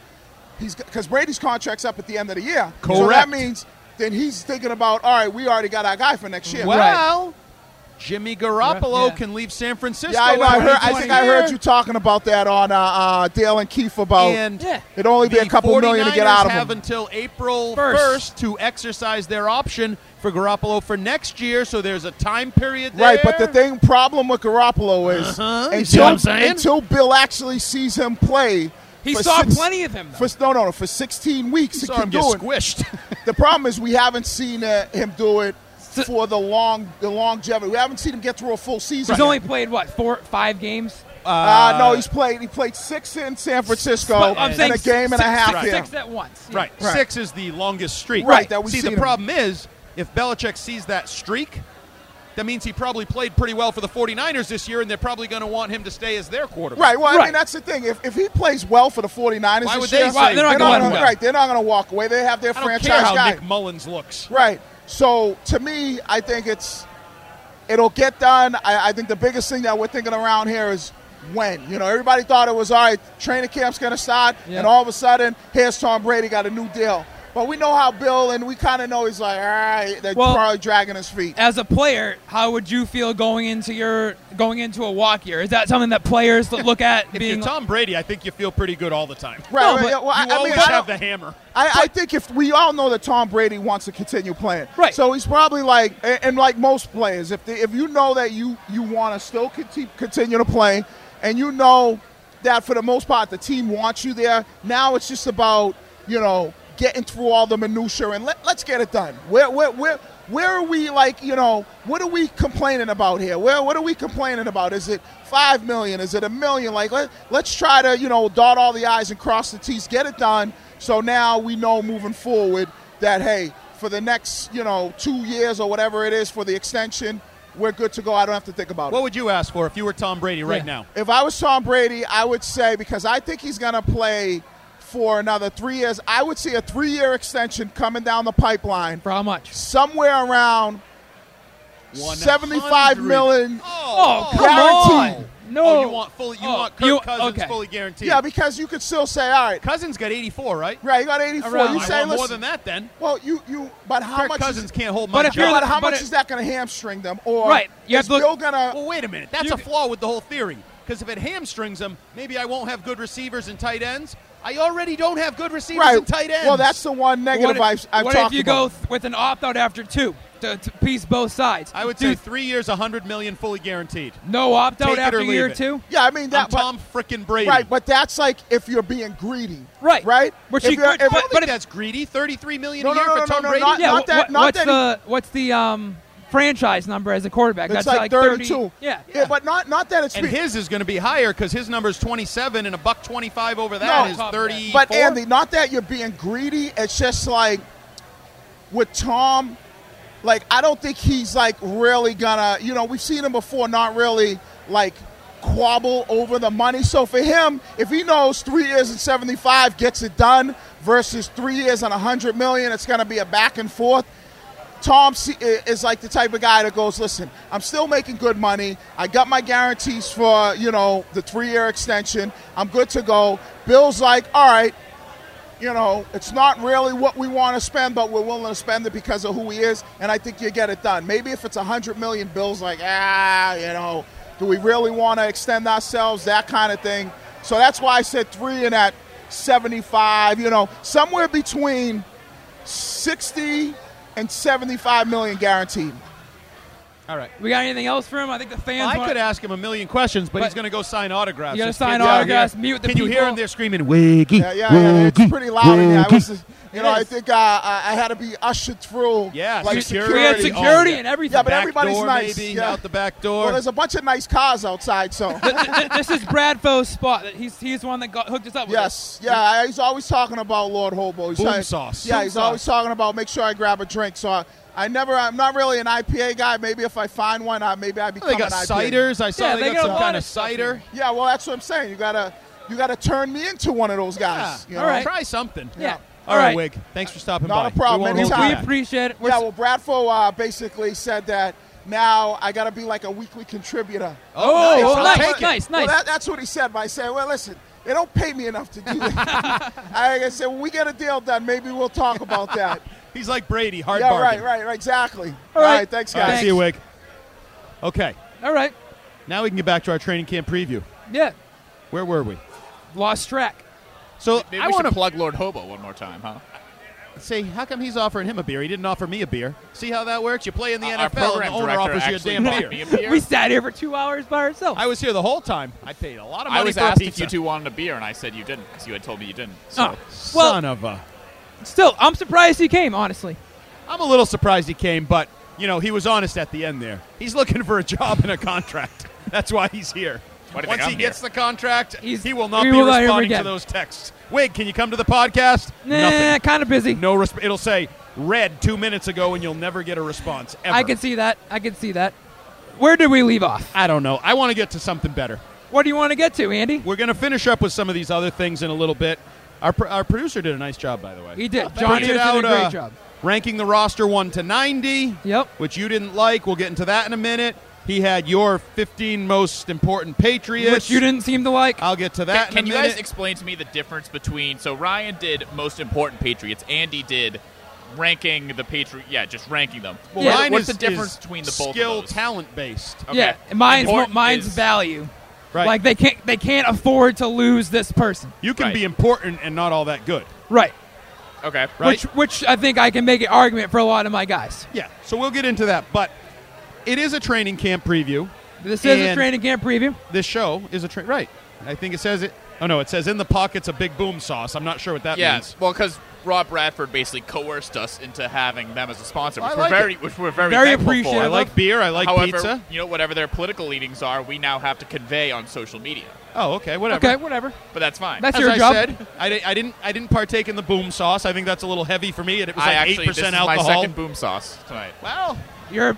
S6: he's because Brady's contract's up at the end of the year. So
S3: Correct.
S6: that means then he's thinking about, all right, we already got our guy for next year.
S3: Well, Jimmy Garoppolo
S5: Yeah.
S3: can leave San Francisco.
S6: Yeah, I, know, I
S3: in
S6: heard. I think I
S3: 2020
S6: heard
S3: year.
S6: you talking about that on uh, uh, Dale and Keefe about
S3: And
S5: Yeah.
S6: it'd only be
S3: the
S6: a couple million to get
S3: 49ers
S6: out of
S3: have
S6: him.
S3: until April
S5: First.
S3: 1st to exercise their option for Garoppolo for next year, so there's a time period there.
S6: Right, but the thing problem with Garoppolo is
S3: Uh-huh. You see what I'm saying?
S6: until Bill actually sees him play.
S5: He
S6: for
S5: saw
S6: six-
S5: plenty of him. Though.
S6: For, no, no, no. For 16 weeks,
S3: You
S6: he
S3: saw him
S6: can
S3: get
S6: do it.
S3: squished.
S6: The problem is we haven't seen uh, him do it for the long, the longevity. We haven't seen him get through a full season.
S5: He's only played what four, five games.
S6: uh, no, he's played. He played six in San Francisco
S5: But I'm
S6: in
S5: saying
S6: a game and
S5: six-
S6: a half.
S5: six-
S6: here.
S5: six at once. Yeah.
S3: right.
S6: Right.
S3: Six is the longest streak.
S6: Right, that we've
S3: See,
S6: seen
S3: the
S6: him.
S3: problem is if Belichick sees that streak, that means he probably played pretty well for the 49ers this year, and they're probably going to want him to stay as their quarterback.
S6: Right. Well, I
S5: Right.
S6: mean, that's the thing. If, if he plays well for the 49ers,
S3: Why
S6: this
S3: would
S6: year,
S3: they say
S5: They're not gonna let him
S6: gonna-
S5: go.
S6: Right. They're not going to walk away. They have their
S3: I don't
S6: franchise
S3: care how
S6: guy.
S3: Nick Mullins looks.
S6: Right. So to me, I think it's it'll get done. I, I think the biggest thing that we're thinking around here is when. You know, everybody thought it was all right. Training camp's going to start,
S5: Yeah.
S6: and all of a sudden, here's Tom Brady got a new deal. But we know how Bill, and we kind of know he's like, all right, they're
S5: Well-
S6: probably dragging his feet.
S5: As a player, how would you feel going into your going into a walk year? Is that something that players look at
S3: If
S5: being
S3: you're Tom Brady, I think you feel pretty good all the time.
S6: Right,
S5: No,
S6: right,
S5: but
S6: yeah, well, I-
S3: You
S6: I
S3: always
S6: mean, I
S3: have
S6: don't-
S3: the hammer.
S6: I, I think if we all know that Tom Brady wants to continue playing,
S5: Right.
S6: So he's probably like, and, and like most players, if they, if you know that you you want to still conti- continue to play, and you know that for the most part the team wants you there, now it's just about you know getting through all the minutia and let, let's get it done. Where where where where are we like you know what are we complaining about here? Where what are we complaining about? Is it five million? Is it a million? Like let, let's try to you know dot all the i's and cross the t's, get it done So now we know moving forward that hey, for the next you know two years or whatever it is for the extension, we're good to go. I don't have to think about
S3: What
S6: it.
S3: would you ask for if you were Tom Brady right
S5: Yeah.
S3: now?
S6: If I was Tom Brady, I would say because I think he's going to play for another three years. I would see a three-year extension coming down the pipeline,
S5: For how much?
S6: somewhere around 75
S3: 100.
S6: million.
S5: Oh, come
S6: guaranteed.
S5: on! No.
S3: Oh, you want fully? You
S5: Oh,
S3: want Kirk
S5: you-
S3: Cousins
S5: okay.
S3: fully guaranteed?
S6: Yeah, because you could still say, all right,
S3: Cousins got 84, right?
S6: right, you got 84.
S5: Around.
S6: You
S3: I
S6: say,
S3: want
S6: listen,
S3: more than that, then.
S6: well, you you, but how
S3: Kirk
S6: much?
S3: Cousins
S6: is,
S3: can't hold my
S5: But if
S3: job.
S5: you're
S6: but how
S5: but
S6: much
S5: it-
S6: is that going to hamstring them? Or
S5: Right, you have
S6: is
S5: to look-
S6: Bill going
S3: Well, wait a minute. That's
S5: You-
S3: a flaw with the whole theory. Because if it hamstrings them, maybe I won't have good receivers and tight ends. I already don't have good receivers
S6: right?
S3: and tight ends.
S6: Well, that's the one
S5: What
S6: negative
S5: if,
S6: I've, I've
S5: what if
S6: talked
S5: you
S6: about.
S5: go th- with an opt out after two to, to piece both sides?
S3: I would say
S5: Dude,
S3: three years, 100 million, fully guaranteed.
S5: no opt
S3: take
S5: out
S3: it
S5: after
S3: or leave
S5: year
S3: it.
S5: two.
S6: yeah, I mean that.
S3: I'm
S6: but-
S3: Tom frickin' Brady.
S6: Right, but that's like if you're being greedy.
S5: Right.
S6: Right.
S5: Which
S6: If
S5: you
S6: you're-
S5: could-
S6: if-
S3: I don't
S5: but
S3: think
S5: if-
S3: that's greedy. 33 million
S6: No,
S3: a
S6: no,
S3: year
S6: no,
S3: for
S6: no,
S3: Tom
S6: no,
S3: Brady.
S6: not-
S5: Yeah,
S6: not
S5: wha-
S6: that-
S5: wha-
S6: not
S5: what's
S6: that he-
S5: the what's the um, franchise number as a quarterback?
S6: it's
S5: That's like,
S6: 32.
S5: Yeah.
S6: yeah. but not not that it's
S3: and
S6: be-
S3: his is going to be higher because his number's 27 and a buck 25 over
S6: No,
S3: that is
S5: top
S3: 30.
S6: But Andy, not that you're being greedy. It's just like with Tom, like I don't think he's like really gonna. You know, we've seen him before, not really like quabble over the money. So for him, if he knows three years and seventy five gets it done versus three years and a hundred million, it's gonna be a back and forth. Tom se- i- is like the type of guy that goes, listen, I'm still making good money. I got my guarantees for, you know, the three year extension. I'm good to go. Bill's like, all right, you know, it's not really what we want to spend, but we're willing to spend it because of who he is, and I think you get it done. Maybe if it's a hundred million, Bill's like, ah, you know, do we really want to extend ourselves? That kind of thing. So that's why I said three and at seventy-five. You know, somewhere between sixty and seventy-five million guaranteed.
S3: all right.
S5: We got anything else for him? I think the fans.
S3: I
S5: want-
S3: could ask him a million questions, but,
S5: But-
S3: he's going to go sign autographs.
S5: You gotta
S3: His
S5: sign
S3: kids out
S5: autographs,
S3: here.
S5: meet with the
S3: Can you hear
S5: people.
S3: him there screaming, Wiggy?
S6: Yeah, yeah, yeah, it's pretty loud in here. I was, you know, I
S5: Yes.
S6: think uh, I, I had to be ushered through.
S3: Yeah,
S6: like
S3: security.
S5: We had
S3: Oh,
S5: security
S3: yeah.
S5: and everything.
S6: Yeah, but
S3: back
S6: everybody's
S3: door,
S6: nice.
S3: Maybe,
S6: Yeah.
S3: Out the back door.
S6: Well, there's a bunch of nice cars outside, so.
S5: Th- this is Brad Foe's spot. He's he's the one that got hooked us up. With
S6: Yes, yeah, he's always talking about Lord Hobo. He's
S3: Boom
S6: like-
S3: sauce.
S6: Yeah,
S3: Boom
S6: he's always talking about make sure I grab a drink. So I, I never, I'm not really an IPA guy. Maybe if I find one, I, maybe I become
S3: they got
S6: an IPA.
S3: ciders. I saw
S5: Yeah,
S3: they,
S5: they
S3: got,
S5: got a
S3: some
S5: lot
S3: kind
S5: of
S3: of
S5: stuff
S3: cider.
S5: here.
S6: Yeah, well, that's what I'm saying. You gotta, you gotta turn me into one of those guys.
S3: Yeah.
S6: you know?
S5: All right.
S3: Try something.
S5: Yeah.
S3: All right,
S5: All right.
S3: Wig. Thanks for stopping by.
S6: Not a problem.
S3: We won't hold
S5: We,
S6: Anytime.
S3: you
S5: we
S3: back.
S5: appreciate it. We're
S6: Yeah,
S5: s-
S6: well, Bradfo uh, basically said that now I gotta be like a weekly contributor.
S5: oh,
S3: I'll
S5: nice,
S3: take it.
S5: nice, nice.
S6: Well, that, that's what he said. But I said, well, listen, they don't pay me enough to do that. I, I said, when we get a deal done, maybe we'll talk about that.
S3: He's like Brady, hard
S6: yeah,
S3: bargain.
S6: right, right, right, exactly.
S5: All right.
S6: thanks,
S3: All right,
S6: guys.
S3: see you, Wig. Okay,
S5: All right.
S3: now we can get back to our training camp preview.
S5: Yeah.
S3: Where were we?
S5: Lost track.
S3: So
S4: Maybe
S3: I
S4: we
S3: want
S4: should
S3: to
S4: plug Lord Hobo one more time, huh?
S3: say, how come he's offering him a beer? He didn't offer me a beer. See how that works? You play in the
S4: Our
S3: NFL, and the
S4: program
S3: owner
S4: director
S3: offers you a
S4: actually
S3: damn
S4: brought
S3: beer.
S4: me a beer.
S5: We sat here for two hours by ourselves.
S3: I was here the whole time. I paid a lot of money
S4: I was
S3: for a
S4: asked if
S3: pizza. Ah.
S4: you two wanted a beer, and I said you didn't because you had told me you didn't. So
S5: Oh, well,
S3: Son of a.
S5: still, I'm surprised he came. Honestly,
S3: I'm a little surprised he came, but you know he was honest at the end there. He's looking for a job and a contract. That's why he's here.
S4: Why do you
S3: Once
S4: think
S3: he
S4: I'm
S3: gets the contract,
S5: He's-
S3: he will not
S5: we
S3: be
S5: will not hear him
S3: responding to
S5: again.
S3: those texts. Wig, can you come to the podcast?
S5: nah,
S3: Nothing.
S5: kind of busy.
S3: No resp- It'll say read two minutes ago, and you'll never get a response. Ever.
S5: I can see that. I can see that. Where did we leave off?
S3: I don't know. I want to get to something better.
S5: What do you want to get to, Andy?
S3: We're going to finish up with some of these other things in a little bit. Our, pr- our producer did a nice job, by the way.
S5: He did.
S3: Printed
S5: John Anderson did
S3: out,
S5: a great
S3: uh,
S5: job.
S3: Ranking the roster one to ninety.
S5: Yep.
S3: Which you didn't like. We'll get into that in a minute. He had your fifteen most important Patriots.
S5: Which you didn't seem to like.
S3: I'll get to
S4: Can,
S3: that.
S4: can
S3: in
S4: you
S3: a
S4: guys
S3: minute.
S4: explain to me the difference between so Ryan did most important Patriots, Andy did ranking the Patriot, yeah, just ranking them.
S3: Well,
S5: Yeah.
S3: mine
S4: What's
S3: is-
S4: the difference
S3: is
S4: between the both?
S3: skill
S4: of those?
S3: talent based?
S4: Okay.
S5: Yeah, and mine's more,
S4: Important
S5: mine's
S4: is-
S5: value.
S3: Right.
S5: Like they can't they can't afford to lose this person.
S3: you can
S4: Right.
S3: be important and not all that good.
S5: Right.
S4: Okay,
S3: Right.
S5: Which which I think I can make an argument for a lot of my guys.
S3: Yeah. So we'll get into that, but it is a training camp preview.
S5: This is a
S3: And-
S5: training camp preview.
S3: this show is a tra- right. I think it says it Oh no, it says in the pocket's a big boom sauce. I'm not sure what that
S4: yeah,
S3: means.
S4: well, because Rob Bradford basically coerced us into having them as a sponsor,
S3: Well,
S4: which
S3: I like
S4: we're very,
S3: it.
S4: which we're very,
S5: Very
S4: thankful
S5: appreciative.
S4: For.
S3: I like beer. I like
S4: However,
S3: pizza.
S4: you know, whatever their political leanings are, we now have to convey on social media.
S3: Oh, okay, whatever.
S5: Okay, whatever.
S4: But that's fine.
S5: That's
S3: As
S5: your
S3: I
S5: job.
S3: said, I, di- I didn't. I didn't partake in the boom sauce. I think that's a little heavy for me, and it was
S4: I
S3: like
S4: actually
S3: eight
S4: this is
S3: percent alcohol.
S4: my second boom sauce tonight.
S3: Well,
S5: You're.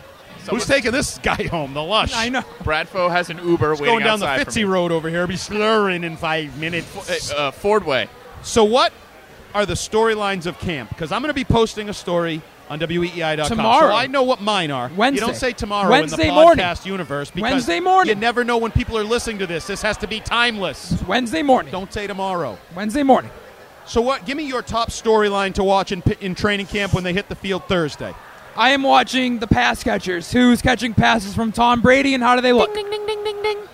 S3: who's taking this guy home? The lush.
S5: I know.
S4: Bradfo has an Uber
S3: It's
S4: waiting
S3: going down the
S4: outside
S3: Fitzy
S4: for me.
S3: Road over here. Be slurring in five minutes.
S4: Hey, uh, Fordway.
S3: So what are the storylines of camp? Because I'm going to be posting a story on weei.com.
S5: Tomorrow.
S3: So I know what mine are.
S5: Wednesday.
S3: You don't say tomorrow
S5: Wednesday
S3: in the podcast
S5: morning.
S3: universe because
S5: Wednesday morning.
S3: you never know when people are listening to this. This has to be timeless.
S5: It's Wednesday morning.
S3: Don't say tomorrow.
S5: Wednesday morning.
S3: So what? Give me your top storyline to watch in, pi- in training camp when they hit the field Thursday.
S5: I am watching the pass catchers. Who's catching passes from Tom Brady and how do they look?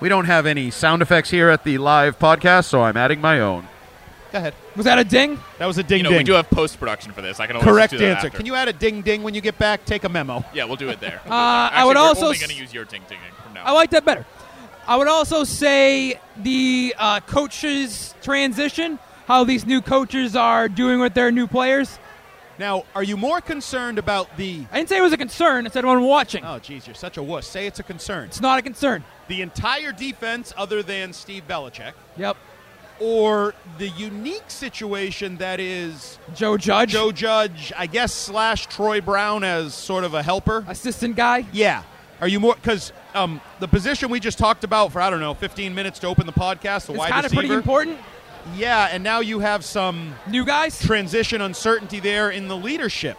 S10: We don't have any sound effects here at the live podcast, so I'm adding my own.
S3: Go ahead.
S5: Was that a ding?
S3: That was a ding
S4: You know,
S3: ding.
S4: we do have post production for this. I can always
S3: Correct
S4: do that
S3: answer.
S4: after.
S3: Can you Uh, add a ding ding when you get back? Take a memo.
S4: Yeah, we'll do it there. We'll do it there.
S5: I
S4: Actually,
S5: would
S4: we're
S5: also
S4: only
S5: s-
S4: going to use your ting tinging from now.
S5: I like that better. I would also say the uh, coaches transition, how these new coaches are doing with their new players.
S3: Now, are you more concerned about the?
S5: I didn't say it was a concern. I said when watching.
S3: Oh, geez, you're such a wuss. Say it's a concern.
S5: It's not a concern.
S3: The entire defense, other than Steve Belichick,
S5: Yep.
S3: or the unique situation that is
S5: Joe Judge,
S3: Joe Judge, I guess slash Troy Brown as sort of a helper.
S5: assistant guy.
S3: Yeah. Are you more because um, the position we just talked about for I don't know 15 minutes to open the podcast, the
S5: It's
S3: wide
S5: kind of
S3: receiver.
S5: pretty important.
S3: Yeah, and now you have some
S5: New guys.
S3: transition uncertainty there in the leadership.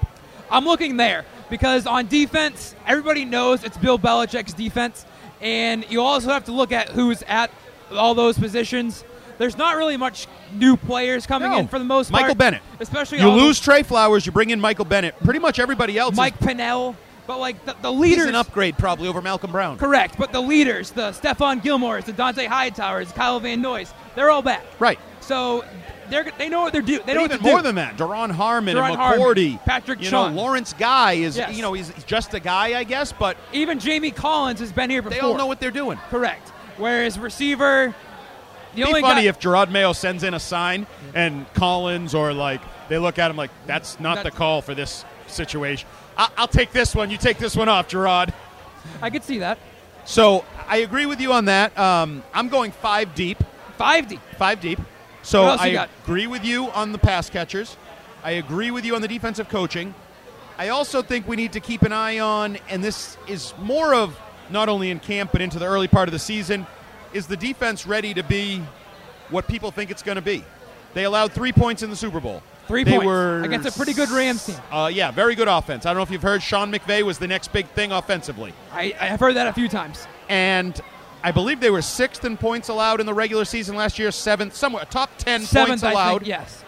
S5: I'm looking there because on defense, everybody knows it's Bill Belichick's defense, and you also have to look at who's at all those positions. There's not really much new players coming
S3: No.
S5: in for the most part.
S3: Michael Bennett.
S5: especially
S3: You
S5: all the-
S3: lose Trey Flowers, you bring in Michael Bennett. Pretty much everybody else.
S5: Mike
S3: is,
S5: Pinnell, but like the, the
S3: he's
S5: leaders.
S3: an upgrade probably over Malcolm Brown.
S5: Correct, but the leaders, the Stefan Gilmores, the Dante Hightowers, Kyle Van Noyes, they're all back.
S3: Right.
S5: So they're they know what they're do. They
S3: And
S5: know what
S3: even
S5: to
S3: more
S5: do.
S3: than that, Daron Harmon
S5: Daron
S3: and
S5: Harmon,
S3: McCourty,
S5: Patrick
S3: you
S5: Chung.
S3: know Lawrence Guy is
S5: Yes.
S3: you know he's he's just a guy I guess, but
S5: Even Jamie Collins has been here before.
S3: they all know what they're doing.
S5: Correct. Whereas receiver, the
S3: It'd
S5: only
S3: be funny
S5: guy,
S3: if Gerard Mayo sends in a sign and Collins or like they look at him like that's not the
S5: That's-
S3: call for this situation. I- I'll take this one. You take this one off, Gerard.
S5: I could see that
S3: So I agree with you on that. Um, I'm going five deep.
S5: five D.
S3: five deep. So
S5: What else
S3: I
S5: you got?
S3: agree with you on the pass catchers. I agree with you on the defensive coaching. I also think we need to keep an eye on, and this is more of not only in camp but into the early part of the season, is the defense ready to be what people think it's going to be? They allowed three points in the Super Bowl.
S5: Three
S3: They
S5: points
S3: were
S5: against a pretty good Rams team.
S3: Uh, yeah, very good offense. I don't know if you've heard Sean McVay was the next big thing offensively
S5: I, I've heard that a few times.
S3: and I believe they were sixth in points allowed in the regular season last year, seventh, somewhere top ten
S5: Seventh,
S3: points
S5: I
S3: allowed.
S5: think. Yes.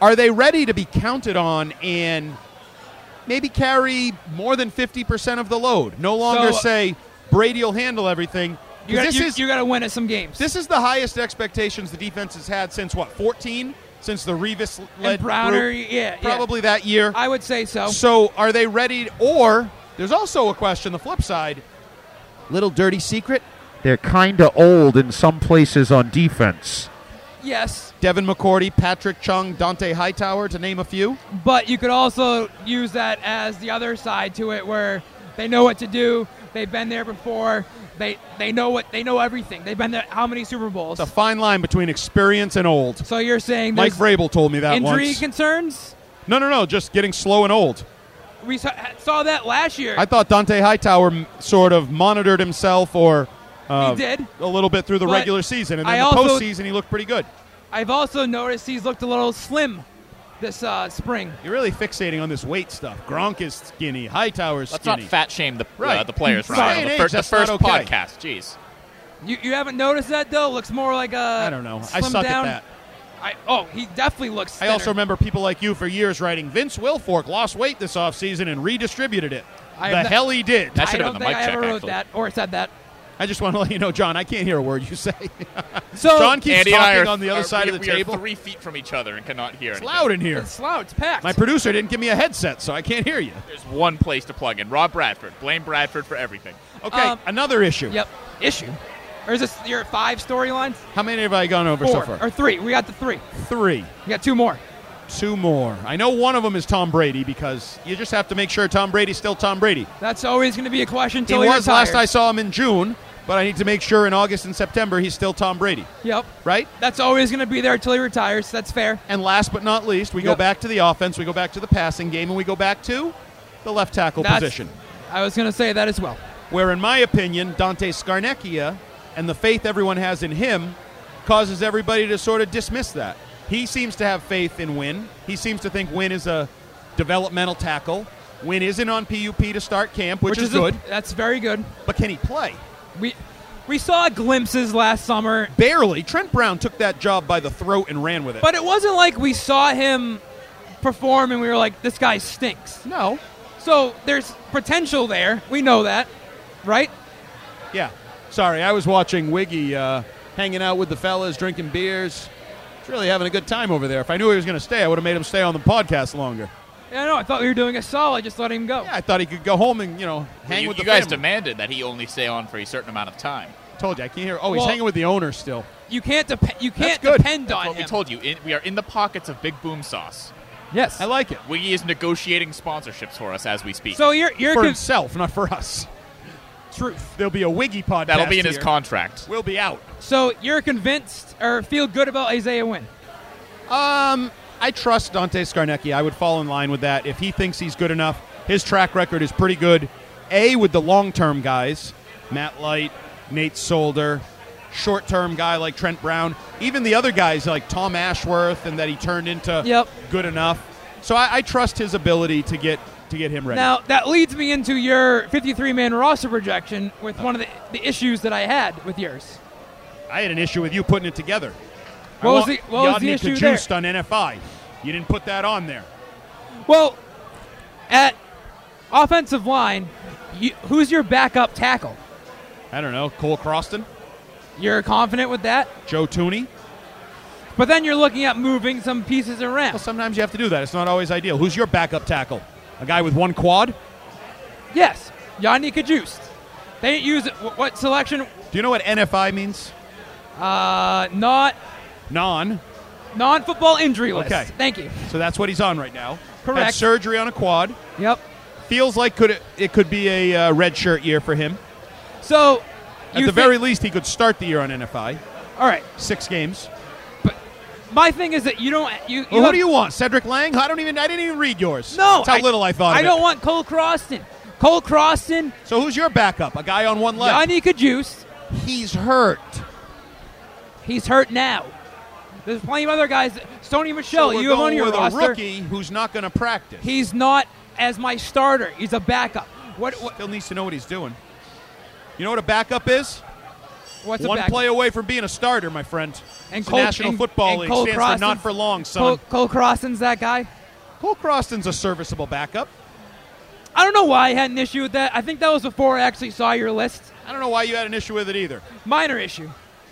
S3: Are they ready to be counted on and maybe carry more than fifty percent of the load? No longer
S5: So- uh,
S3: say Brady will handle everything. 'Cause
S5: You got
S3: this
S5: you,
S3: is
S5: you got to win at some games.
S3: this is the highest expectations the defense has had since what fourteen, since the Revis led
S5: and Browner,
S3: group,
S5: yeah, yeah.
S3: probably that year.
S5: I would say so.
S3: So are they ready? Or there's also a question. The flip side, little dirty secret:
S10: They're kind of old in some places on defense.
S5: Yes,
S3: Devin McCourty, Patrick Chung, Dante Hightower, to name a few.
S5: but you could also use that as the other side to it, where they know what to do. They've been there before. They they know what they know everything. They've been there how many Super Bowls?
S3: It's a fine line between experience and old.
S5: so you're saying
S3: Mike
S5: there's
S3: Vrabel told me that
S5: injury
S3: once.
S5: concerns?
S3: no, no, no, just getting slow and old.
S5: We saw, saw that last year.
S3: I thought Dante Hightower m- sort of monitored himself or uh,
S5: He did.
S3: a little bit through the
S5: But
S3: regular season, and then
S5: I
S3: the
S5: also-
S3: postseason he looked pretty good.
S5: I've also noticed he's looked a little slim this uh, spring.
S3: You're really fixating on this weight stuff. Gronk is skinny. Hightower's
S4: Let's
S3: skinny.
S4: not fat shame the uh,
S3: Right.
S4: the players,
S3: Sorry.
S4: Ryan. on
S3: Hey,
S4: The, fir- the
S3: that's
S4: first
S3: not okay.
S4: podcast. Jeez.
S5: You, you haven't noticed that though. Looks more like a
S3: I don't know. I
S5: slimmed
S3: suck
S5: down.
S3: at that.
S5: I, oh, he definitely looks.
S3: I
S5: Thinner.
S3: also remember people like you for years writing Vince Wilfork lost weight this offseason and redistributed it.
S5: I
S3: the
S5: have not-
S3: hell he did.
S4: That
S5: I
S4: should have
S5: don't
S4: been the
S5: think
S4: mic
S5: I
S4: check.
S5: ever wrote
S4: actually.
S5: that or said that.
S3: I just want to let you know, John, I can't hear a word you say.
S5: So
S3: John keeps
S4: Andy and I
S3: talking
S4: are
S3: on the other
S4: are-
S3: side
S4: we-
S3: of the
S4: we are
S3: table.
S4: three feet from each other and cannot hear.
S3: It's
S4: anything.
S3: loud in here.
S5: it's loud. It's packed.
S3: My producer didn't give me a headset, so I can't hear you.
S4: There's one place to plug in. Rob Bradford. Blame Bradford for everything.
S3: Okay,
S5: Um,
S3: another issue.
S5: yep. Issue. Or is this your five storylines?
S3: How many have I gone over
S5: Four
S3: so far?
S5: or three? We got the three.
S3: Three.
S5: We got two more.
S3: Two more. I know one of them is Tom Brady because you just have to make sure Tom Brady's still Tom Brady.
S5: That's always going to be a question
S3: He
S5: till
S3: was last I
S5: retires.
S3: saw him in June, but I need to make sure in August and September he's still Tom Brady,
S5: Yep.
S3: right?
S5: That's always going to be there till he retires. That's fair.
S3: And last but not least, we go
S5: Yep.
S3: back to the offense, we go back to the passing game, and we go back to the left tackle
S5: That's-
S3: position,
S5: I was going to say that as well.
S3: where, in my opinion, Dante Scarnecchia and the faith everyone has in him causes everybody to sort of dismiss that. He seems to have faith in Win. He seems to think Win is a developmental tackle. Win isn't on PUP to start camp, which, is,
S5: a-
S3: good,
S5: that's very good.
S3: but can he play?
S5: We we saw glimpses last summer,
S3: Barely. Trent Brown took that job by the throat and ran with it.
S5: but it wasn't like we saw him perform and we were like, this guy stinks.
S3: no.
S5: So there's potential there. We know that, right?
S3: Yeah. Sorry, I was watching Wiggy uh, hanging out with the fellas, drinking beers. He's really having a good time over there. If I knew he was going to stay, I would have made him stay on the podcast longer.
S5: Yeah, no, I thought we were doing a solid just letting him go.
S3: Yeah, I thought he could go home and, you know, hang
S4: you
S3: with
S4: you
S3: the
S4: guys
S3: family.
S4: demanded that he only stay on for a certain amount of time.
S3: Told you, I can't hear. Oh, he's
S5: Well-
S3: hanging with the owner still.
S5: You can't depend. You can't
S3: good.
S5: depend
S4: That's
S5: on
S4: what
S5: him.
S4: we told you. In, we are in the pockets of Big Boom Sauce.
S5: yes.
S3: I like it.
S4: Wiggy is negotiating sponsorships for us as we speak.
S5: so you're you're
S3: For
S5: con-
S3: himself, not for us.
S5: truth.
S3: There'll be a Wiggy podcast.
S4: That'll be in his
S3: here.
S4: contract.
S3: We'll be out.
S5: So you're convinced or feel good about Isaiah Wynn.
S3: I trust Dante Scarnecchia. I would fall in line with that. If he thinks he's good enough, his track record is pretty good. A, with the long term guys, Matt Light, Nate Solder, short term guy like Trent Brown, even the other guys like Tom Ashworth and that he turned into
S5: Yep.
S3: good enough. So I, I trust his ability to get to get him ready.
S5: Now that leads me into your 53-man roster projection with
S3: Uh.
S5: one of the, the issues that I had with yours.
S3: I had an issue with you putting it together. I
S5: What
S3: want
S5: was the- what was the
S3: Yadni
S5: issue
S3: Kajust on NFI. You didn't put that on there.
S5: Well, at offensive line, you, who's your backup tackle?
S3: I don't know. Cole Croston,
S5: You're confident with that,
S3: Joe Tooney.
S5: but then you're looking at moving some pieces around.
S3: Well, sometimes you have to do that. It's not always ideal. Who's your backup tackle? A guy with one quad?
S5: Yes, Yanni Kajust. They didn't use it. wh- What selection?
S3: Do you know what NFI means?
S5: Uh, not
S3: Non.
S5: non-football injury list.
S3: Okay.
S5: Thank you.
S3: So that's what he's on right now.
S5: Correct.
S3: Had surgery on a quad.
S5: Yep.
S3: Feels like could it, it could be a uh, red shirt year for him.
S5: So,
S3: At
S5: you
S3: the
S5: thi-
S3: very least, he could start the year on NFI.
S5: all right.
S3: Six games.
S5: My thing is that you don't you. you
S3: Well, who
S5: have-
S3: do you want? Cedric Lang? I don't even. I didn't even read yours.
S5: No,
S3: That's how little I thought.
S5: I
S3: of it.
S5: don't want Cole Croston. Cole Croston,
S3: So who's your backup? A guy on one leg.
S5: Yanni Kajus,
S3: He's hurt.
S5: he's hurt now. There's plenty of other guys. Sony Michelle,
S3: so we're
S5: you have
S3: going
S5: on your
S3: with
S5: roster.
S3: a rookie who's not going to practice.
S5: He's not as my starter. He's a backup. What, what
S3: still needs to know what he's doing. You know what a backup is?
S5: what's
S3: One
S5: a backup?
S3: play away from being a starter, my friend.
S5: And
S3: It's the
S5: Cole-
S3: National
S5: and-
S3: Football
S5: and
S3: League
S5: Cole
S3: stands for
S5: Croston's-
S3: not for long,
S5: Cole,
S3: son.
S5: Cole Croston's that guy.
S3: Cole, Croston's a serviceable backup.
S5: I don't know why I had an issue with that. I think that was before I actually saw your list.
S3: I don't know why you had an issue with it either.
S5: Minor issue.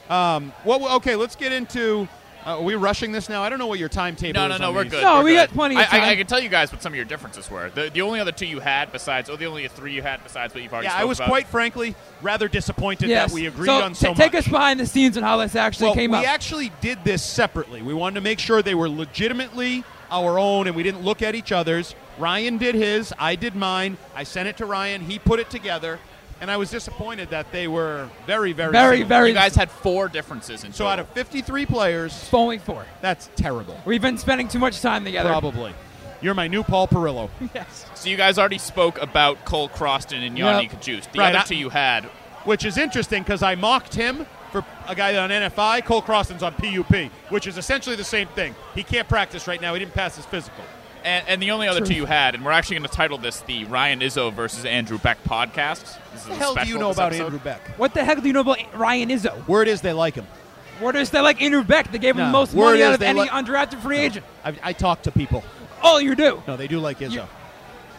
S3: What? Okay, let's get into. Uh, are we rushing this now? I don't know what your timetable
S4: No,
S3: is.
S4: no,
S3: on
S4: no. We're
S3: these.
S4: good.
S5: No,
S4: we're
S5: we
S4: good.
S5: got plenty of
S4: I- I, I,
S5: time.
S4: can tell you guys what some of your differences were. The, the only other two you had besides, oh, the only three you had besides what you've already.
S3: Yeah, I
S4: spoke
S3: was
S4: about.
S3: quite frankly rather disappointed
S5: yes.
S3: that we agreed
S5: so
S3: on so
S5: ta-
S3: much.
S5: take us behind the scenes on how this actually
S3: well,
S5: came
S3: we
S5: up.
S3: actually did this separately. We wanted to make sure they were legitimately our own, and we didn't look at each other's. Ryan did his. I did mine. I sent it to Ryan. He put it together, and I was disappointed that they were very, very,
S5: very,
S3: similar.
S5: very
S4: You guys had four differences in
S3: So
S4: total.
S3: out of 53 players,
S5: only four.
S3: that's terrible.
S5: We've been spending too much time together.
S3: Probably. You're my new Paul Perillo.
S5: Yes.
S4: So you guys already spoke about Cole Croston and Yanni
S5: Yep.
S4: Kajust. The
S3: Right, I-
S4: other two you had.
S3: Which is interesting because I mocked him for a guy on NFI. Cole Croston's on PUP, which is essentially the same thing. He can't practice right now. He didn't pass his physical.
S4: And, and the only other two you had, and we're actually going to title this the Ryan Izzo versus Andrew Beck podcast. This
S3: What
S4: is a
S3: the hell do
S4: special
S3: you know
S4: this
S3: about
S4: episode.
S3: Andrew Beck?
S5: What the heck do you know about Ryan Izzo?
S3: Word is they like him.
S5: What is that like Andrew Beck? They gave him
S3: No.
S5: the most
S3: Word
S5: money
S3: is
S5: out of
S3: they
S5: any
S3: like-
S5: undrafted free agent.
S3: I, I talk to people.
S5: Oh, you do.
S3: No, they do like Izzo.
S5: You-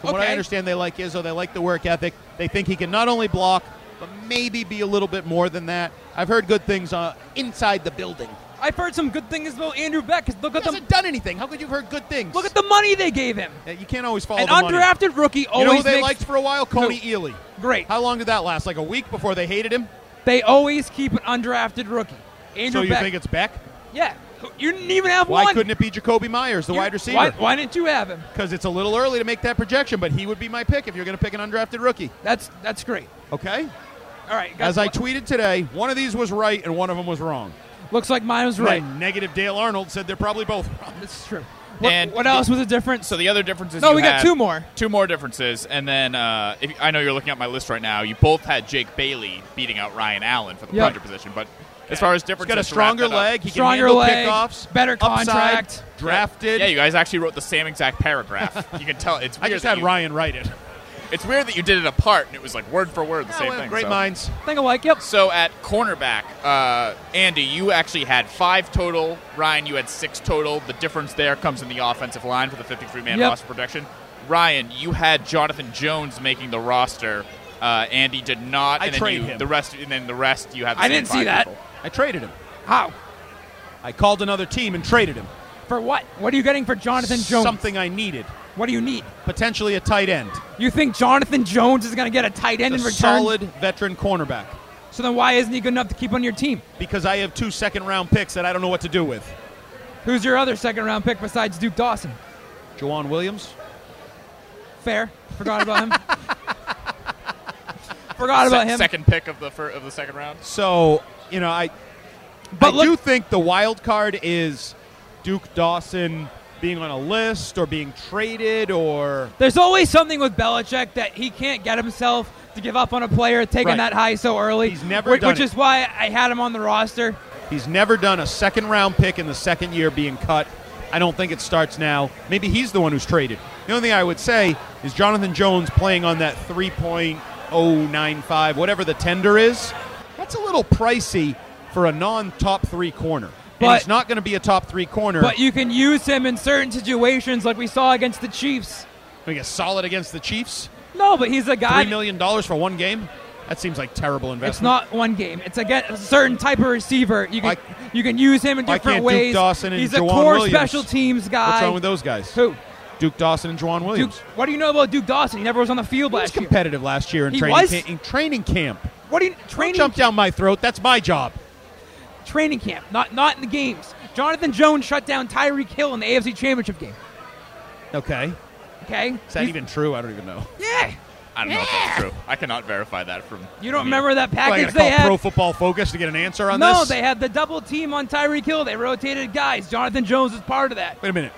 S3: From what I
S5: okay.
S3: understand, they like Izzo. They like the work ethic. They think he can not only block, but maybe be a little bit more than that. I've heard good things uh, inside the building.
S5: I've heard some good things about Andrew Beck. 'cause Look
S3: He
S5: at the
S3: hasn't done anything. How could you have heard good things?
S5: look at the money they gave him.
S3: Yeah, you can't always follow
S5: An
S3: the money.
S5: undrafted rookie
S3: You know
S5: always
S3: who they
S5: makes
S3: liked for a while? Coney Ealy.
S5: great.
S3: How long did that last? Like a week before they hated him?
S5: They always keep an undrafted rookie. Andrew
S3: so you
S5: Beck-
S3: think it's Beck?
S5: yeah? You didn't even have
S3: Why
S5: one.
S3: couldn't it be Jacoby Myers, the
S5: You-
S3: wide receiver?
S5: Why, why didn't you have him?
S3: Because it's a little early to make that projection, but he would be my pick if you're going to pick an undrafted rookie.
S5: That's that's great.
S3: Okay?
S5: All right, guys,
S3: As I tweeted today, one of these was right and one of them was wrong.
S5: looks like mine was right.
S3: And negative Dale Arnold said they're probably both wrong.
S5: This is true. What,
S4: And
S5: what
S4: the-
S5: else was the difference?
S4: So the other differences.
S5: No,
S4: you
S5: we got
S4: had-
S5: two more.
S4: Two more differences, and then uh, if, I know you're looking at my list right now. You both had Jake Bailey beating out Ryan Allen for the
S5: Yep.
S4: punter position, but as far as
S3: He's
S4: differences,
S3: got a
S4: to wrap
S3: stronger
S4: that up-
S3: leg. He
S5: Stronger
S3: can handle
S5: leg,
S3: kickoffs.
S5: better
S3: upside,
S5: contract.
S3: drafted.
S4: Yeah, you guys actually wrote the same exact paragraph. you can tell it's.
S3: I
S4: Weird
S3: just
S4: that
S3: had
S4: you-
S3: Ryan write it.
S4: It's weird that you did it apart, and it was like word for word the
S3: Ah,
S4: same
S3: well,
S4: thing.
S3: great
S4: so.
S3: minds.
S5: Think of like, yep.
S4: So at cornerback, uh, Andy, you actually had five total. Ryan, you had six total. The difference there comes in the offensive line for the 53-man
S5: Yep.
S4: roster projection. Ryan, you had Jonathan Jones making the roster. Uh, Andy did not.
S3: I
S4: and then
S3: trade
S4: you-
S3: him.
S4: The rest, and then the rest, you have. The
S5: I
S4: same
S5: didn't see
S4: five
S5: that.
S4: people.
S3: I traded him.
S5: How?
S3: I called another team and traded him.
S5: For what? What are you getting for Jonathan Jones?
S3: Something I needed.
S5: What do you need?
S3: Potentially a tight end.
S5: You think Jonathan Jones is going to get a tight end
S3: A
S5: in return?
S3: solid veteran cornerback.
S5: So then why isn't he good enough to keep on your team?
S3: Because I have two second round picks that I don't know what to do with.
S5: Who's your other second round pick besides Duke Dawson?
S3: Jawan Williams.
S5: Fair. Forgot about him. Forgot about
S4: Se-
S5: him.
S4: Second pick of the fir- of the second round.
S3: So, you know, I
S5: But
S3: I
S5: look-
S3: do think the wild card is Duke Dawson being on a list or being traded or
S5: There's always something with Belichick that he can't get himself to give up on a player taking
S3: Right.
S5: that high so early.
S3: He's never
S5: which,
S3: done
S5: which
S3: it.
S5: is why I had him on the roster.
S3: he's never done a second round pick in the second year being cut. I don't think it starts now. Maybe he's the one who's traded. The only thing I would say is Jonathan Jones playing on that 3.095 whatever the tender is. That's a little pricey for a non top 3 corner.
S5: But-
S3: and he's not going to be a top 3 corner.
S5: But you can use him in certain situations like we saw against the Chiefs.
S3: Like a solid against the Chiefs.
S5: No, but he's a guy
S3: Three million dollars for one game? That seems like terrible investment.
S5: It's not one game. It's again a certain type of receiver. You can
S3: Why-
S5: you can use him in
S3: why
S5: different
S3: can't Duke
S5: ways.
S3: Dawson and
S5: He's a
S3: Jawan
S5: core
S3: Williams?
S5: special teams guy.
S3: What's wrong with those guys?
S5: Who?
S3: Duke Dawson and Juwan
S5: Duke,
S3: Williams.
S5: what do you know about Duke Dawson? He never was on the field
S3: He was
S5: last year.
S3: competitive last year in
S5: He
S3: training,
S5: was?
S3: Camp, in training camp.
S5: What do you
S3: Don't
S5: training
S3: jump down my throat. That's my job.
S5: training camp? Not not in the games. Jonathan Jones shut down Tyreek Hill in the AFC Championship game.
S3: Okay. Is
S5: Okay,
S3: that
S5: He's-
S3: even true? I don't even know.
S5: yeah.
S4: I don't know if that's true. I cannot verify that from.
S5: You don't
S4: from
S5: remember that
S3: Do I
S5: package
S3: gotta call
S5: they had?
S3: Pro Football Focus to get an answer on
S5: no,
S3: this.
S5: they had the double team on Tyreek Hill. They rotated guys. Jonathan Jones was part of that.
S3: Wait a minute.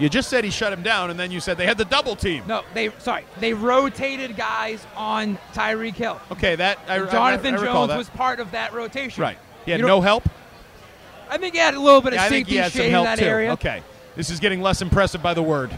S3: You just said he shut him down, and then you said they had the double team.
S5: No, they sorry, they rotated guys on Tyreek Hill.
S3: Okay, that I, I-
S5: Jonathan
S3: I, I recall
S5: Jones
S3: that.
S5: was part of that rotation.
S3: right. He had
S5: You don't-
S3: no help.
S5: I think he had a little bit of
S3: I think
S5: safety
S3: he had
S5: shade
S3: some help
S5: in that
S3: too.
S5: area.
S3: Okay, this is getting less impressive by the word.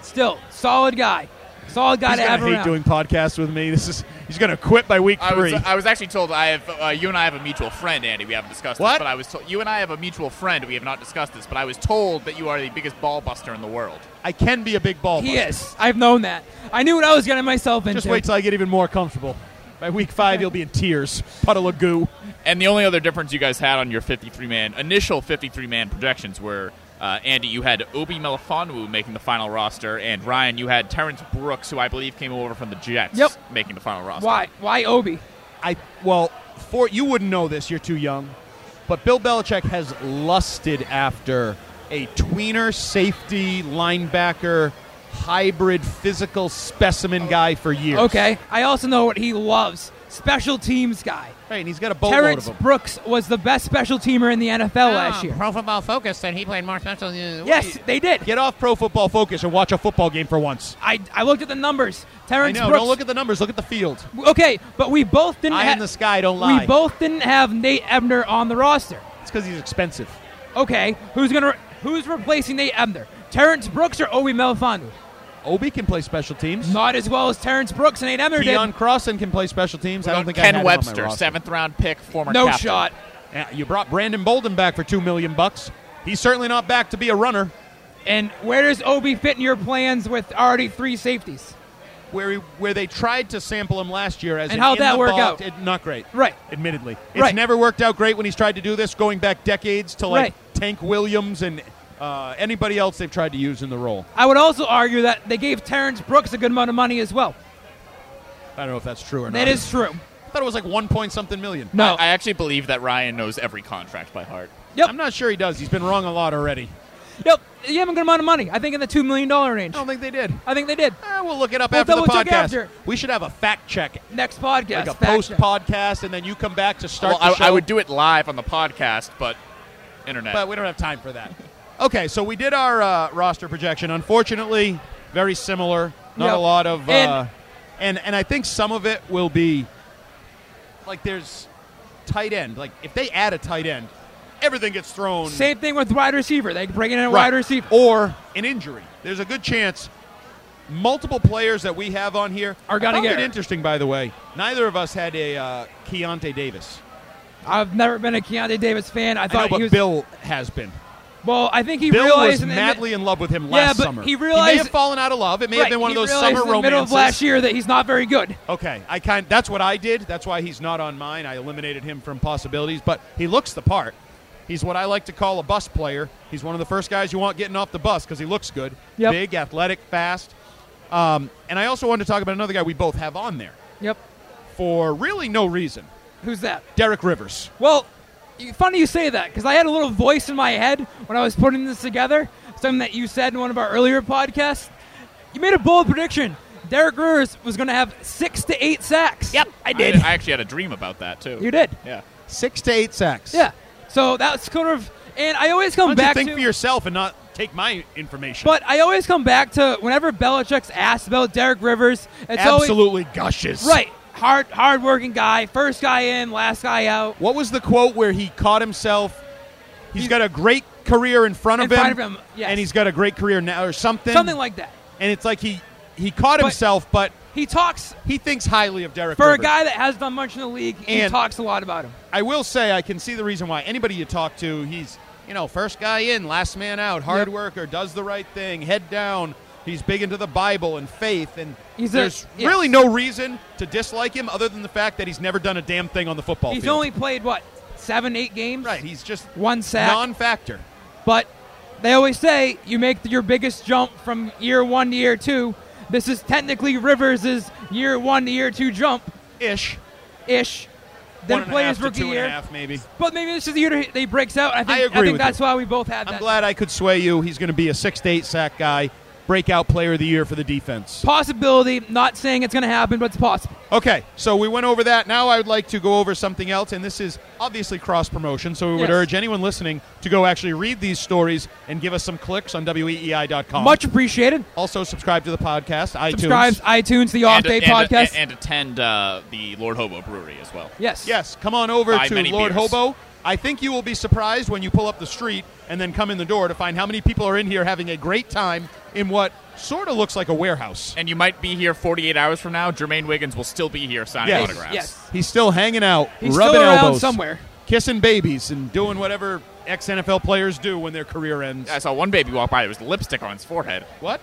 S5: Still, solid guy. Solid guy
S3: He's
S5: to have
S3: gonna hate
S5: around.
S3: doing podcasts with me. This is he's gonna quit by week
S4: I was, uh,
S3: three.
S4: I was actually told I have uh, you and I have a mutual friend, Andy. We haven't discussed
S3: What?
S4: this, but I was told you and I have a mutual friend. We have not discussed this, but I was told that you are the biggest ball buster in the world.
S3: I can be a big ball.
S5: he
S3: buster.
S5: is. I've known that. I knew what I was getting myself into.
S3: Just wait till I get even more comfortable. By week five, you'll be in tears, puddle of goo.
S4: And the only other difference you guys had on your 53 man initial 53 man projections were uh, Andy, you had Obi Melifonwu making the final roster, and Ryan, you had Terrence Brooks, who I believe came over from the Jets,
S5: Yep.
S4: making the final roster.
S5: Why? Why Obi?
S3: I well, for you wouldn't know this. You're too young, but Bill Belichick has lusted after a tweener safety linebacker hybrid physical specimen guy for years.
S5: Okay. I also know what he loves. Special teams guy.
S3: right, and he's got a boatload
S5: Terrence
S3: of them. Ah,
S5: Brooks was the best special teamer in the NFL last year.
S11: Pro Football Focus said he played more special. than-
S5: Yes, they did.
S3: Get off Pro Football Focus and watch a football game for once.
S5: I, I looked at the numbers.
S3: I
S5: Terrence
S3: know.
S5: Brooks.
S3: Don't look at the numbers. Look at the field.
S5: okay, but we both didn't.
S3: Eye
S5: ha-
S3: in the sky. Don't lie.
S5: We both didn't have Nate Ebner on the roster.
S3: It's because he's expensive.
S5: Okay, who's gonna who's replacing Nate Ebner? Terrence Brooks or Obi Melifonwu?
S3: Obi can play special teams.
S5: Not as well as Terrence Brooks and Nate Ebner
S3: Keon
S5: did.
S3: Crossan can play special teams. I don't think I had
S4: Ken
S3: him on my
S4: Webster,
S3: roster.
S4: seventh round pick, former
S5: No
S4: captain.
S5: shot.
S3: Yeah, you brought Brandon Bolden back for two million bucks. He's certainly not back to be a runner.
S5: And where does Obi fit in your plans with already three safeties?
S3: Where he, where they tried to sample him last year as
S5: And
S3: an
S5: how'd that
S3: in the
S5: work
S3: box-
S5: out?
S3: It, not great,
S5: Right.
S3: Admittedly, it's
S5: Right.
S3: never worked out great when he's tried to do this, going back decades to like
S5: Right.
S3: Tank Williams and uh, anybody else they've tried to use in the role.
S5: I would also argue that they gave Terrence Brooks a good amount of money as well.
S3: I don't know if that's true or
S5: That
S3: not.
S5: is true.
S3: I thought it was like one point something million.
S4: I, I actually believe that Ryan knows every contract by heart.
S3: Yep. I'm not sure he does. He's been wrong a lot already.
S5: Yep, you have a good amount of money. I think in the two million dollar range. I
S3: don't think they did.
S5: I think they did.
S3: Eh, we'll look it Up after the podcast, we should have a fact check
S5: next podcast.
S3: like a
S5: fact
S3: post
S5: check.
S3: podcast, and then you come back to start.
S4: Well, I,
S3: the show.
S4: I would do it live on the podcast, but internet.
S3: but we don't have time for that. Okay, so we did our uh, roster projection. Unfortunately, very similar. Not
S4: Yep.
S3: a lot of, uh,
S4: And-
S3: and, and I think some of it will be like there's tight end. Like if they add a tight end, everything gets thrown.
S5: Same thing with wide receiver. They bring in a
S3: Right.
S5: wide receiver
S3: or an injury. There's a good chance multiple players that we have on here
S5: Are
S3: I
S5: gonna
S3: found
S5: get
S3: it
S5: hurt.
S3: interesting. By the way, neither of us had a uh, Keontae Davis.
S5: I've never been a Keontae Davis fan. I
S3: I know,
S5: thought
S3: but
S5: he was.
S3: Bill has been.
S5: well, I think he
S3: Bill
S5: realized
S3: was
S5: in the-
S3: madly in love with him
S5: yeah,
S3: last
S5: but
S3: summer.
S5: He realized
S3: may have fallen out of love. It may have
S5: Right,
S3: been one of
S5: he
S3: those
S5: realized
S3: summer
S5: in the middle of
S3: romances.
S5: last year that he's not very good.
S3: Okay, I kind that's what I did. That's why he's not on mine. I eliminated him from possibilities, but he looks the part. He's what I like to call a bus player. He's one of the first guys you want getting off the bus because he looks good,
S5: Yep.
S3: big, athletic, fast. Um, and I also wanted to talk about another guy we both have on there.
S5: Yep.
S3: For really no reason.
S5: Who's that?
S3: Derek Rivers.
S5: Well, you- funny you say that because I had a little voice in my head when I was putting this together. Something that you said in one of our earlier podcasts. You made a bold prediction. Derek Rivers was going to have six to eight sacks. Yep, I did.
S4: I, I actually had a dream about that too.
S5: You did.
S4: Yeah.
S3: Six to eight sacks.
S5: Yeah. So that's kind of, and I always come
S3: Why don't you
S5: back
S3: think
S5: to
S3: for yourself and not take my information.
S5: But I always come back to whenever Belichick's asked about Derek Rivers, it's
S3: Absolutely
S5: always,
S3: gushes.
S5: Right, hard, hard-working guy, first guy in, last guy out.
S3: What was the quote where he caught himself? he's got a great career in front of
S5: In
S3: him,
S5: front of him, yes.
S3: and he's got a great career now, or something,
S5: Something like that.
S3: And it's like he he caught himself, but
S5: he talks.
S3: He thinks highly of Derek
S5: For a
S3: Rivers.
S5: guy that has done much in the league, he
S3: And-
S5: talks a lot about him.
S3: I will say I can see the reason why anybody you talk to, he's you know first guy in, last man out, hard
S5: Yep.
S3: worker, does the right thing, head down. He's big into the Bible and faith, and
S5: He's a-
S3: there's
S5: yes.
S3: really no reason to dislike him other than the fact that he's never done a damn thing on the football
S5: He's
S3: field.
S5: only played what seven, eight games. Right.
S3: He's just
S5: one sack,
S3: non-factor.
S5: But they always say you make your biggest jump from year one to year two. This is technically Rivers' year one to year two jump,
S3: ish,
S5: ish.
S3: One
S5: Then
S3: and a
S5: play
S3: half
S5: his
S3: to
S5: rookie
S3: two and a
S5: year,
S3: half, maybe.
S5: But maybe this is the year that he breaks out. I think,
S3: I agree
S5: think
S3: with
S5: that's
S3: you.
S5: why we both had
S3: I'm
S5: that.
S3: glad I could sway you. He's going to be a six to eight sack guy, breakout player of the year for the defense.
S5: Possibility. Not saying it's going to happen, but it's possible.
S3: Okay, so we went over that. Now I would like to go over something else, and this is obviously cross promotion. So we would
S5: Yes.
S3: urge anyone listening to go actually read these stories and give us some clicks on E weei.com.
S5: Much appreciated.
S3: Also, subscribe to the podcast, iTunes.
S5: Subscribes iTunes, the Off
S4: And-
S5: Day
S4: and-
S5: Podcast.
S4: and, attend uh, the Lord Hobo Brewery as well.
S5: Yes.
S3: Yes. Come on over
S4: Buy
S3: to
S4: many
S3: Lord
S4: beers.
S3: Hobo. I think you will be surprised when you pull up the street and then come in the door to find how many people are in here having a great time in what sort of looks like a warehouse.
S4: And you might be here 48 hours from now. Jermaine Wiggins will still be here signing
S3: Yes.
S4: autographs.
S5: Yes.
S3: He's still hanging out,
S5: He's
S3: rubbing
S5: still around
S3: elbows
S5: somewhere.
S3: kissing babies, and doing whatever ex NFL players do when their career ends.
S4: I saw one baby walk by. There was lipstick on his forehead.
S3: What?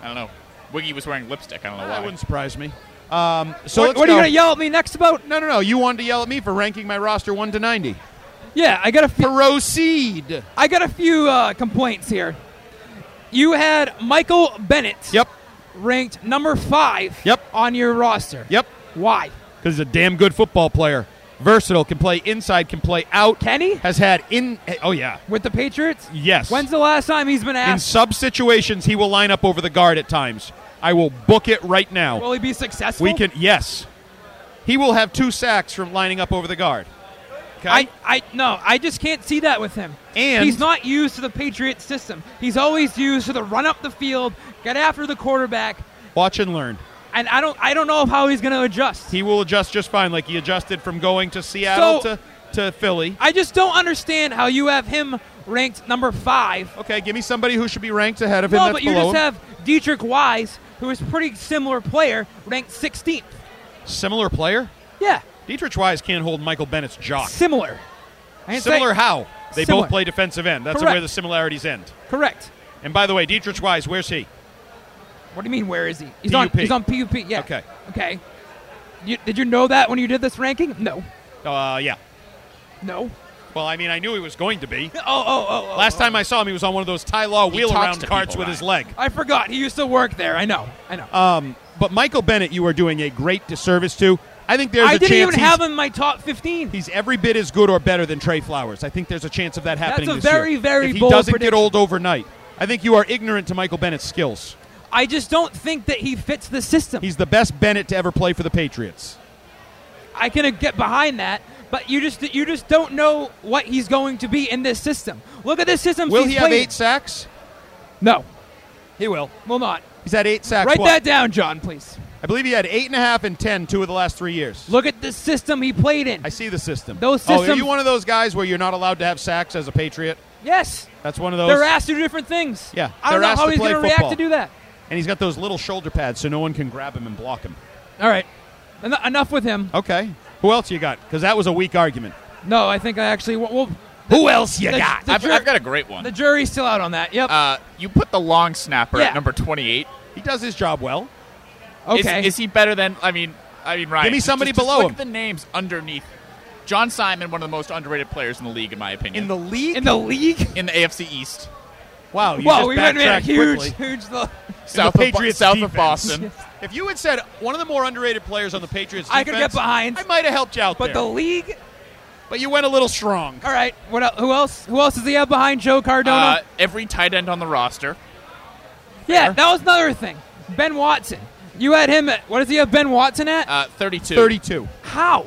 S4: I don't know. Wiggy was wearing lipstick. I don't know why.
S3: That wouldn't surprise me. Um, so
S5: What-
S3: let's
S5: what are you
S3: go.
S5: gonna yell at me next about?
S3: No, no, no. You wanted to yell at me for ranking my roster one to ninety.
S5: Yeah, I got a few,
S3: proceed.
S5: I got a few uh, complaints here. You had Michael Bennett.
S3: Yep.
S5: Ranked number five.
S3: Yep.
S5: On your roster.
S3: Yep.
S5: Why?
S3: Because he's a damn good football player. Versatile, can play inside, can play out.
S5: Kenny
S3: has had in. Oh yeah.
S5: With the Patriots.
S3: Yes.
S5: When's the last time he's been
S3: In
S5: asked?
S3: sub situations, he will line up over the guard at times. I will book it right now.
S5: Will he be successful?
S3: we can. Yes. He will have two sacks from lining up over the guard.
S5: I, I no, I just can't see that with him.
S3: And-
S5: he's not used to the Patriot system. He's always used to the run up the field, get after the quarterback,
S3: Watch and learn.
S5: and I don't I don't know how he's going to adjust.
S3: He will adjust just fine, like he adjusted from going to Seattle
S5: So-
S3: to, to Philly.
S5: I just don't understand how you have him ranked number five.
S3: Okay, give me somebody who should be ranked ahead of him.
S5: No,
S3: that's
S5: but you
S3: below
S5: just
S3: him.
S5: have Dietrich Wise, who is a pretty similar player, ranked 16th.
S3: similar player.
S5: Yeah,
S3: Dietrich Wise can't hold Michael Bennett's jock.
S5: similar. I didn't
S3: Similar
S5: say-
S3: how? They
S5: Similar.
S3: both play defensive end. That's
S5: Correct.
S3: where the similarities end.
S5: Correct.
S3: And by the way, Dietrich Wise, where's he?
S5: What do you mean? Where is he? He's on.
S3: PUP.
S5: He's on PUP. Yeah.
S3: Okay.
S5: Okay. You, did you know that when you did this ranking? No.
S3: Uh, yeah.
S5: No.
S3: Well, I mean, I knew he was going to be.
S5: Oh, oh, oh. oh
S3: Last
S5: oh.
S3: time I saw him, he was on one of those Ty Law
S5: He
S3: wheel
S5: talks
S3: around
S5: to
S3: carts
S5: people,
S3: with
S5: Ryan.
S3: his leg.
S5: I
S3: Uh,
S5: forgot. He used to work there. I know. I know.
S3: Um, but Michael Bennett, you are doing a great disservice to. I think there's
S5: I
S3: a
S5: didn't
S3: chance
S5: even
S3: he's-
S5: have him in my top 15.
S3: He's every bit as good or better than Trey Flowers. I think there's a chance of that happening.
S5: a
S3: this year.
S5: very, very
S3: If he
S5: bold
S3: doesn't
S5: prediction.
S3: get old overnight, I think you are ignorant to Michael Bennett's skills.
S5: I just don't think that he fits the system.
S3: He's the best Bennett to ever play for the Patriots.
S5: I can get behind that, but you just you just don't know what he's going to be in this system. Look at this system.
S3: Will
S5: he's
S3: he have
S5: played in.
S3: eight sacks?
S5: No, he will. Will not.
S3: He's had eight sacks.
S5: Write
S3: What?
S5: that down, John, please.
S3: I believe he had eight and a half and ten two of the last three years.
S5: Look at the system he played in.
S3: I see the system.
S5: Those
S3: Oh, are
S5: systems-
S3: you one of those guys where you're not allowed to have sacks as a Patriot?
S5: Yes,
S3: That's one of those.
S5: they're asked to do different things.
S3: Yeah,
S5: I
S3: they're
S5: don't know
S3: asked
S5: how
S3: to
S5: he's
S3: play
S5: gonna react to
S3: football.
S5: do that.
S3: And he's got those little shoulder pads so no one can grab him and block him.
S5: All right, En- enough with him.
S3: Okay. Who else you got? Because that was a weak argument.
S5: No, I think I actually will. will
S3: Who else you
S5: the-
S3: got?
S5: the
S4: I've,
S5: jur-
S4: I've got a great one.
S5: The jury's still out on that. Yep.
S4: Uh, you put the long snapper
S5: Yeah.
S4: at number 28.
S3: He does his job well.
S4: Is-
S5: okay.
S4: Is, he better than? I mean, I mean, Ryan.
S3: Give me
S4: just-
S3: somebody
S4: just- just
S3: below
S4: look
S3: him.
S4: at the names underneath. John Simon, one of the most underrated players in the league, in my opinion.
S3: In the league?
S5: in the league?
S4: in the AFC East,
S3: wow, you
S5: Whoa,
S3: just
S5: we went in a
S3: backtracked
S5: huge,
S3: quickly.
S5: huge. Look.
S4: south of Bo-
S3: Patriots
S4: south of
S3: defense.
S4: Boston.
S3: If you had said one of the more underrated players on the Patriots,
S5: I could
S3: defense,
S5: get behind.
S3: I might have helped you out
S5: But the
S3: there.
S5: league.
S3: but you went a little strong.
S5: All right. What? el- Who else? Who else does he have behind Joe Cardona?
S4: Uh, every tight end on the roster.
S5: yeah, that was another thing. Ben Watson. You had him. At, what does he have Ben Watson at?
S4: Uh, 32.
S3: Thirty-two.
S5: How?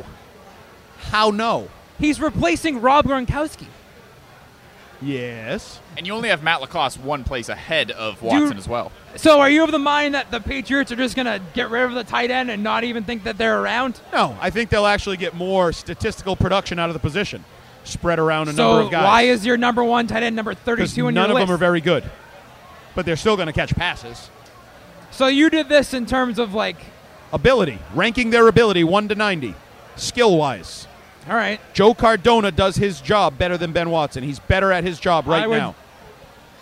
S3: How no?
S5: He's replacing Rob Gronkowski.
S3: Yes.
S4: And you only have Matt Lacoste one place ahead of Watson as well.
S5: So, are you of the mind that the Patriots are just gonna get rid of the tight end and not even think that they're around?
S3: No, I think they'll actually get more statistical production out of the position, spread around a number
S5: So,
S3: of guys.
S5: why is your number one tight end number
S3: because
S5: thirty-two in
S3: none
S5: your
S3: of
S5: list?
S3: them are very good, but they're still going to catch passes.
S5: so, you did this in terms of like,
S3: Ability, ranking their ability one to ninety, skill wise.
S5: all right,
S3: Joe Cardona does his job better than Ben Watson. He's better at his job right
S5: I would-
S3: now.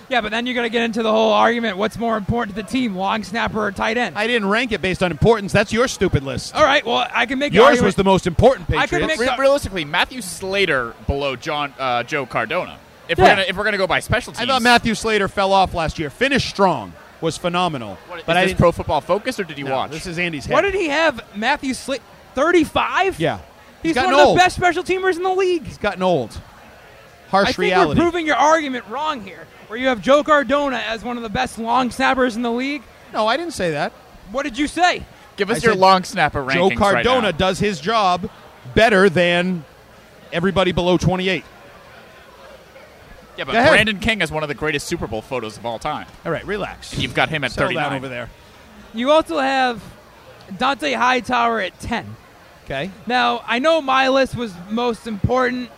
S5: yeah, but then you're gonna get into the whole argument: what's more important to the team, long snapper or tight end?
S3: I didn't rank it based on importance. That's your stupid list.
S5: all right, well, Oh, I can make the
S3: Yours
S5: argument-
S3: was the most important
S5: I
S3: Patriots.
S5: could make-
S4: Re-
S5: So-
S4: realistically, Matthew Slater below John uh, Joe Cardona. If we're
S5: Yeah.
S4: gonna if we're gonna go by special
S3: I
S4: teams,
S3: thought Matthew Slater fell off last year. Finished strong, was phenomenal.
S4: What, is
S3: but I
S4: this
S3: didn't-
S4: Pro Football Focus or did you
S3: No,
S4: watch?
S3: This is Andy's head.
S5: What did he have? Matthew Slit, 35?
S3: Yeah,
S5: He's,
S3: gotten
S5: one of the
S3: old.
S5: best special teamers in the league.
S3: He's gotten old.
S5: I
S3: Harsh
S5: think
S3: reality.
S5: we're proving your argument wrong here, where you have Joe Cardona as one of the best long snappers in the league.
S3: no, I didn't say that.
S5: What did you say?
S4: Give
S3: I
S4: us your
S3: said
S4: long snapper
S3: Joe
S4: rankings.
S3: Cardona
S4: right now.
S3: does his job better than everybody below 28.
S4: Yeah, but
S3: Go ahead.
S4: Brandon King has one of the greatest Super Bowl photos of all time.
S3: All right, relax.
S4: You've got him at
S3: Settle
S4: 39
S3: down over there.
S5: You also have Dante Hightower at 10.
S3: Okay.
S5: Now, I know my list was most important,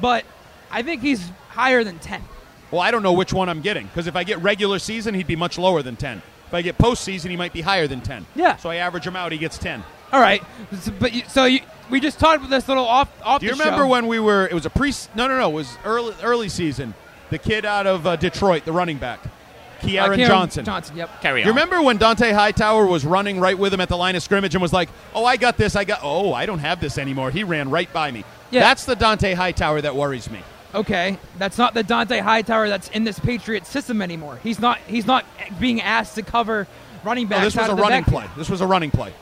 S5: but I think he's higher than 10.
S3: Well, I don't know which one I'm getting because if I get regular season, he'd be much lower than 10. If I get postseason, he might be higher than 10.
S5: Yeah.
S3: So I average him out. He gets 10.
S5: All right. So, but you, so you, we just talked about this little off off
S3: Do you
S5: the
S3: remember
S5: show.
S3: when we were? It was a pre. No, no, no. It was early early season. The kid out of uh, Detroit, the running back,
S5: Uh,
S3: Kearon
S5: Kearon
S3: Johnson.
S5: Johnson, yep.
S4: Carry on.
S3: You remember when Dante Hightower was running right with him at the line of scrimmage and was like, "Oh, I got this. I got. Oh, I don't have this anymore." He ran right by me.
S5: Yeah.
S3: That's the Dante Hightower that worries me.
S5: Okay, that's not the Dante Hightower that's in this Patriot system anymore. He's not. He's not being asked to cover running
S3: No,
S5: backs.
S3: Oh, this
S5: out
S3: was a
S5: of the
S3: running
S5: backfield.
S3: play. This was a running play.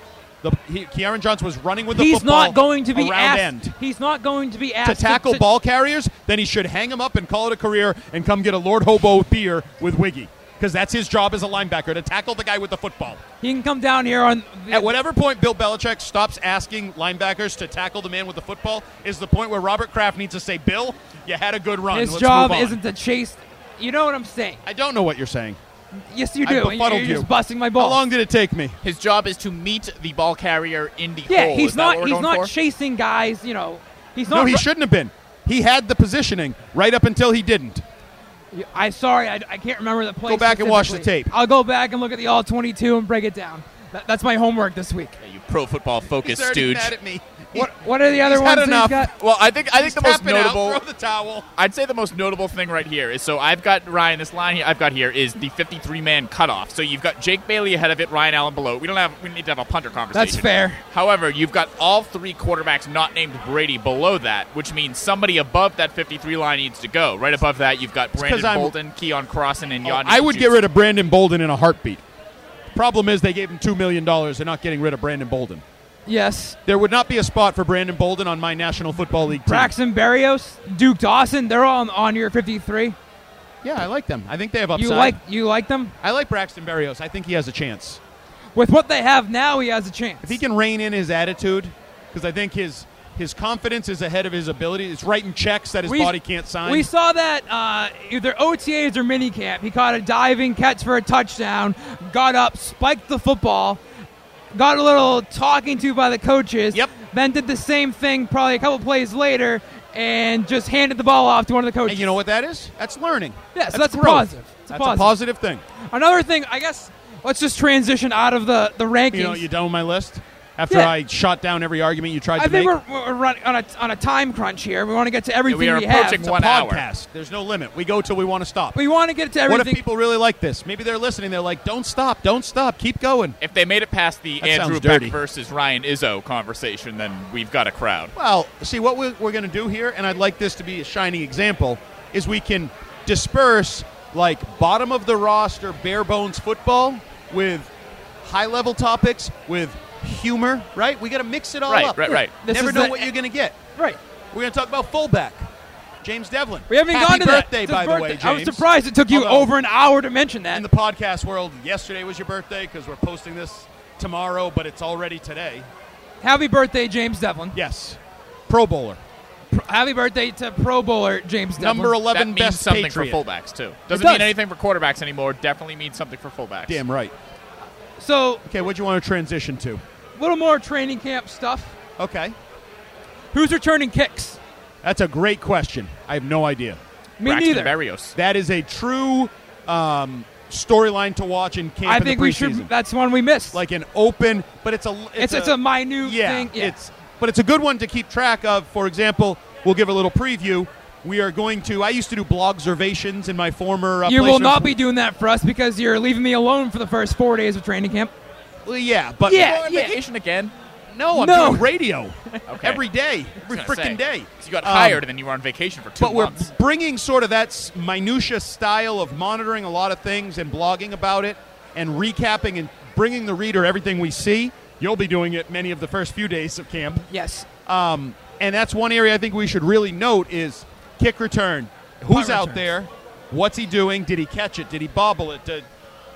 S3: The he, Kearon Johnson was running with the
S5: He's
S3: football.
S5: not going to be
S3: around
S5: asked.
S3: end.
S5: He's not going to be
S3: To
S5: asked
S3: tackle ball carriers, then he should hang him up and call it a career and come get a Lord Hobo beer with Wiggy. Because that's his job as a linebacker to tackle the guy with the football.
S5: He can come down here on.
S3: At whatever point Bill Belichick stops asking linebackers to tackle the man with the football is the point where Robert Kraft needs to say, "Bill, you had a good run.
S5: his
S3: Let's
S5: job
S3: move on."
S5: isn't to chase. You know what I'm saying?
S3: I don't know what you're saying.
S5: Yes, you
S3: I
S5: do. You're
S3: befuddled you.
S5: just busting my ball.
S3: How long did it take me?
S4: Oh. His job is to meet the ball carrier in the
S5: yeah,
S4: hole.
S5: he's
S4: Is that what
S5: not.
S4: we're
S5: He's
S4: going
S5: not
S4: for?
S5: chasing guys. You know, he's not.
S3: No, he
S5: ru-
S3: shouldn't have been. He had the positioning right up until he didn't.
S5: I'm sorry, I, I can't remember the play.
S3: Go back and watch the
S5: specifically.
S3: tape.
S5: I'll go back and look at the all 22 and break it down. That, that's my homework this week.
S4: Yeah, you pro football focus
S3: already
S4: stooge.
S3: mad at me.
S5: What What are the other
S3: had
S5: ones that
S3: enough.
S5: he's got?
S4: Well, I think I think
S3: He's
S4: the most
S3: tapping out,
S4: notable.
S3: throw the towel.
S4: I'd say the most notable thing right here is so I've got Ryan. This line here I've got here is the 53 man cutoff. So you've got Jake Bailey ahead of it, Ryan Allen below. We don't have we need to have a punter conversation.
S5: That's fair.
S4: However, you've got all three quarterbacks not named Brady below that, which means somebody above that 53 line needs to go. Right above that, you've got
S3: 'cause
S4: Brandon
S3: I'm- Oh,
S4: Bolden, Keon Crossan, and Yanni.
S3: I would get rid of Brandon Bolden in a heartbeat. Problem is, they gave him $2 million. They're not getting rid of Brandon Bolden.
S5: Yes.
S3: There would not be a spot for Brandon Bolden on my National Football League team.
S5: Braxton Berrios, Duke Dawson, they're all on, on your 53.
S3: Yeah, I like them. I think they have upside.
S5: You like you like them?
S3: I like Braxton Berrios. I think he has a chance.
S5: With what they have now, he has a chance.
S3: If he can rein in his attitude, because I think his his confidence is ahead of his ability. It's writing checks that his
S5: We-
S3: body can't sign.
S5: We saw that uh, either OTAs or minicamp. He caught a diving catch for a touchdown, got up, spiked the football, got a little talking to by the coaches. Yep. Then did the same thing probably a couple plays later and just handed the ball off to one of the coaches.
S3: and you know what that is? That's learning.
S5: Yeah, so that's a
S3: growth.
S5: positive. It's a
S3: That's
S5: positive.
S3: thing.
S5: Another thing, I guess, let's just transition out of the, the rankings.
S3: You know, you done with my list? After
S5: Yeah.
S3: I shot down every argument you tried
S5: I
S3: to
S5: think
S3: make.
S5: we're, we're running on a, on a time crunch here. We want to get to everything
S3: we are
S5: have.
S3: approaching one podcast. There's no limit. We go till we want to stop.
S5: We want to get to
S3: What if
S5: everything.
S3: people really like this? Maybe they're listening. They're like, "Don't stop, don't stop, keep going."
S4: If they made it past the
S3: That
S4: Andrew
S3: sounds
S4: Beck
S3: dirty.
S4: versus Ryan Izzo conversation, then we've got a crowd.
S3: Well, see what we're, we're going to do here, and I'd like this to be a shining example. Is we can disperse like bottom of the roster, bare bones football with high level topics with humor. Right? We got to mix it all
S4: Right,
S3: up.
S4: right, right.
S5: This
S3: Never
S5: is
S3: know
S5: the-
S3: what you're going to get.
S5: Right.
S3: We're going to talk about fullback, James Devlin.
S5: We haven't even
S3: Happy
S5: gone to
S3: birthday,
S5: that. It's
S3: by
S5: his
S3: the way,
S5: birthday.
S3: James.
S5: I was surprised it took you
S3: Although-
S5: over an hour to mention that.
S3: in the podcast world, yesterday was your birthday because we're posting this tomorrow, but it's already today.
S5: Happy birthday, James Devlin.
S3: Yes. Pro Bowler.
S5: Pro- happy birthday to Pro Bowler James Devlin.
S3: Number 11
S4: that means
S3: best
S4: something
S3: Patriot.
S4: for fullbacks too. Doesn't
S5: does.
S4: mean anything for quarterbacks anymore. Definitely means something for fullbacks.
S3: Damn right.
S5: So,
S3: Okay, what'd you want to transition to?
S5: a little more training camp stuff.
S3: Okay.
S5: Who's returning kicks?
S3: That's a great question. I have no idea.
S5: Me
S4: Braxton
S5: neither.
S4: Berrios.
S3: That is a true um, storyline to watch in camp
S5: I
S3: in
S5: think
S3: the
S5: we
S3: preseason.
S5: should. That's one we missed.
S3: like an open, but it's a
S5: it's, it's a, minute
S3: yeah,
S5: thing. Yeah.
S3: It's but it's a good one to keep track of. For example, we'll give a little preview. We are going to. I used to do blog observations in my former. Uh,
S5: you
S3: place
S5: will
S3: of-
S5: not be doing that for us because you're leaving me alone for the first four days of training camp.
S3: Well, yeah, but
S5: Yeah,
S3: Well,
S4: You're on
S5: yeah.
S4: vacation again.
S3: No, I'm
S5: No.
S3: doing radio
S4: Okay.
S3: every day, every
S4: I was gonna
S3: freaking
S4: say,
S3: day.
S4: So you got
S3: Um,
S4: hired and then you were on vacation for two
S3: But we're
S4: months.
S3: bringing sort of that s- minutia style of monitoring a lot of things and blogging about it and recapping and bringing the reader everything we see. You'll be doing it many of the first few days of camp.
S5: Yes.
S3: Um, and that's one area I think we should really note is kick return. Who's
S5: Punt
S3: out
S5: returns.
S3: there? What's he doing? Did he catch it? Did he bobble it? Did,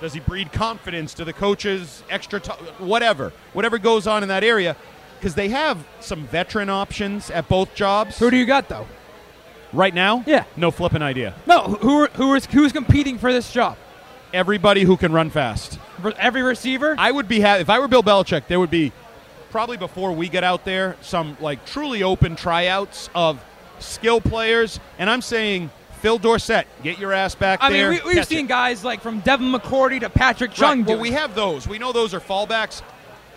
S3: does he breed confidence to the coaches? Extra, t- whatever, whatever goes on in that area, because they have some veteran options at both jobs
S5: Who do you got though?
S3: right now.
S5: Yeah.
S3: no flipping idea.
S5: No. who- Who are, who is who's competing for this job?
S3: Everybody who can run fast.
S5: For every receiver.
S3: I would be happy if I were Bill Belichick. There would be probably before we get out there some like truly open tryouts of skill players, and I'm saying Phil Dorsett, get your ass back
S5: I
S3: there.
S5: mean, we, we've
S3: catch
S5: seen
S3: it.
S5: guys like from Devin McCourty to Patrick Chung.
S3: Right, Well,
S5: do
S3: we
S5: it.
S3: have those. We know those are fallbacks.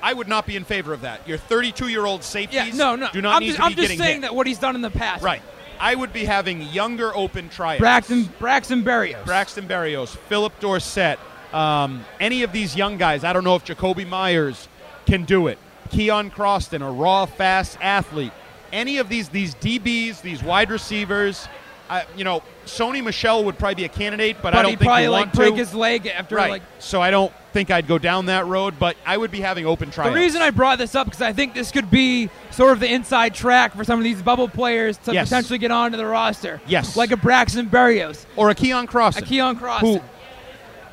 S3: I would not be in favor of that. Your 32 year old safeties
S5: Yeah, no, no.
S3: do not
S5: I'm
S3: need
S5: just,
S3: to be
S5: I'm just
S3: getting
S5: saying
S3: hit.
S5: that what he's done in the past.
S3: Right. I would be having younger open tryouts.
S5: Braxton Braxton Berrios.
S3: Braxton Berrios, Philip Dorsett, um, any of these young guys. I don't know if Jacoby Myers can do it. Keon Croston, a raw, fast athlete. Any of these these DBs, these wide receivers. I, you know, Sony Michelle would probably be a candidate, but,
S5: but
S3: I don't
S5: he
S3: think
S5: probably
S3: we
S5: like
S3: want
S5: break
S3: to.
S5: his leg after
S3: right.
S5: like.
S3: so I don't think I'd go down that road, but I would be having open
S5: The
S3: tryouts.
S5: reason I brought this up because I think this could be sort of the inside track for some of these bubble players to
S3: Yes.
S5: potentially get onto the roster.
S3: Yes.
S5: Like a Braxton Berrios,
S3: or a Keon Croston.
S5: a Keon Crossan.
S3: Who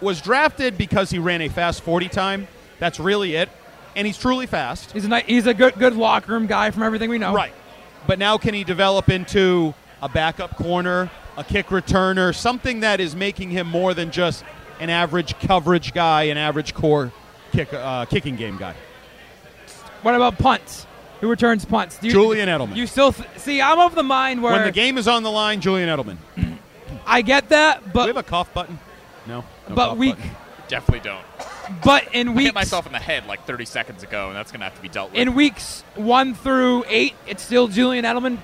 S3: was drafted because he ran a fast 40 time. That's really it. And he's truly fast.
S5: He's a ni- he's a good good locker room guy from everything we know.
S3: Right. But now can he develop into a backup corner, a kick returner, something that is making him more than just an average coverage guy, an average core kick, uh, kicking game guy?
S5: What about punts? Who returns punts? Do you,
S3: Julian Edelman.
S5: You still th- see? I'm of the mind where
S3: when the game is on the line, Julian Edelman. Do
S5: I get that,
S3: we
S5: but
S3: have a cough button? No. no
S5: but
S3: cough
S5: weak,
S3: button.
S4: Definitely don't.
S5: but in
S4: I
S5: weeks
S4: hit myself in the head like 30 seconds ago, and that's going to have to be dealt with.
S5: in weeks one through eight, it's still Julian Edelman.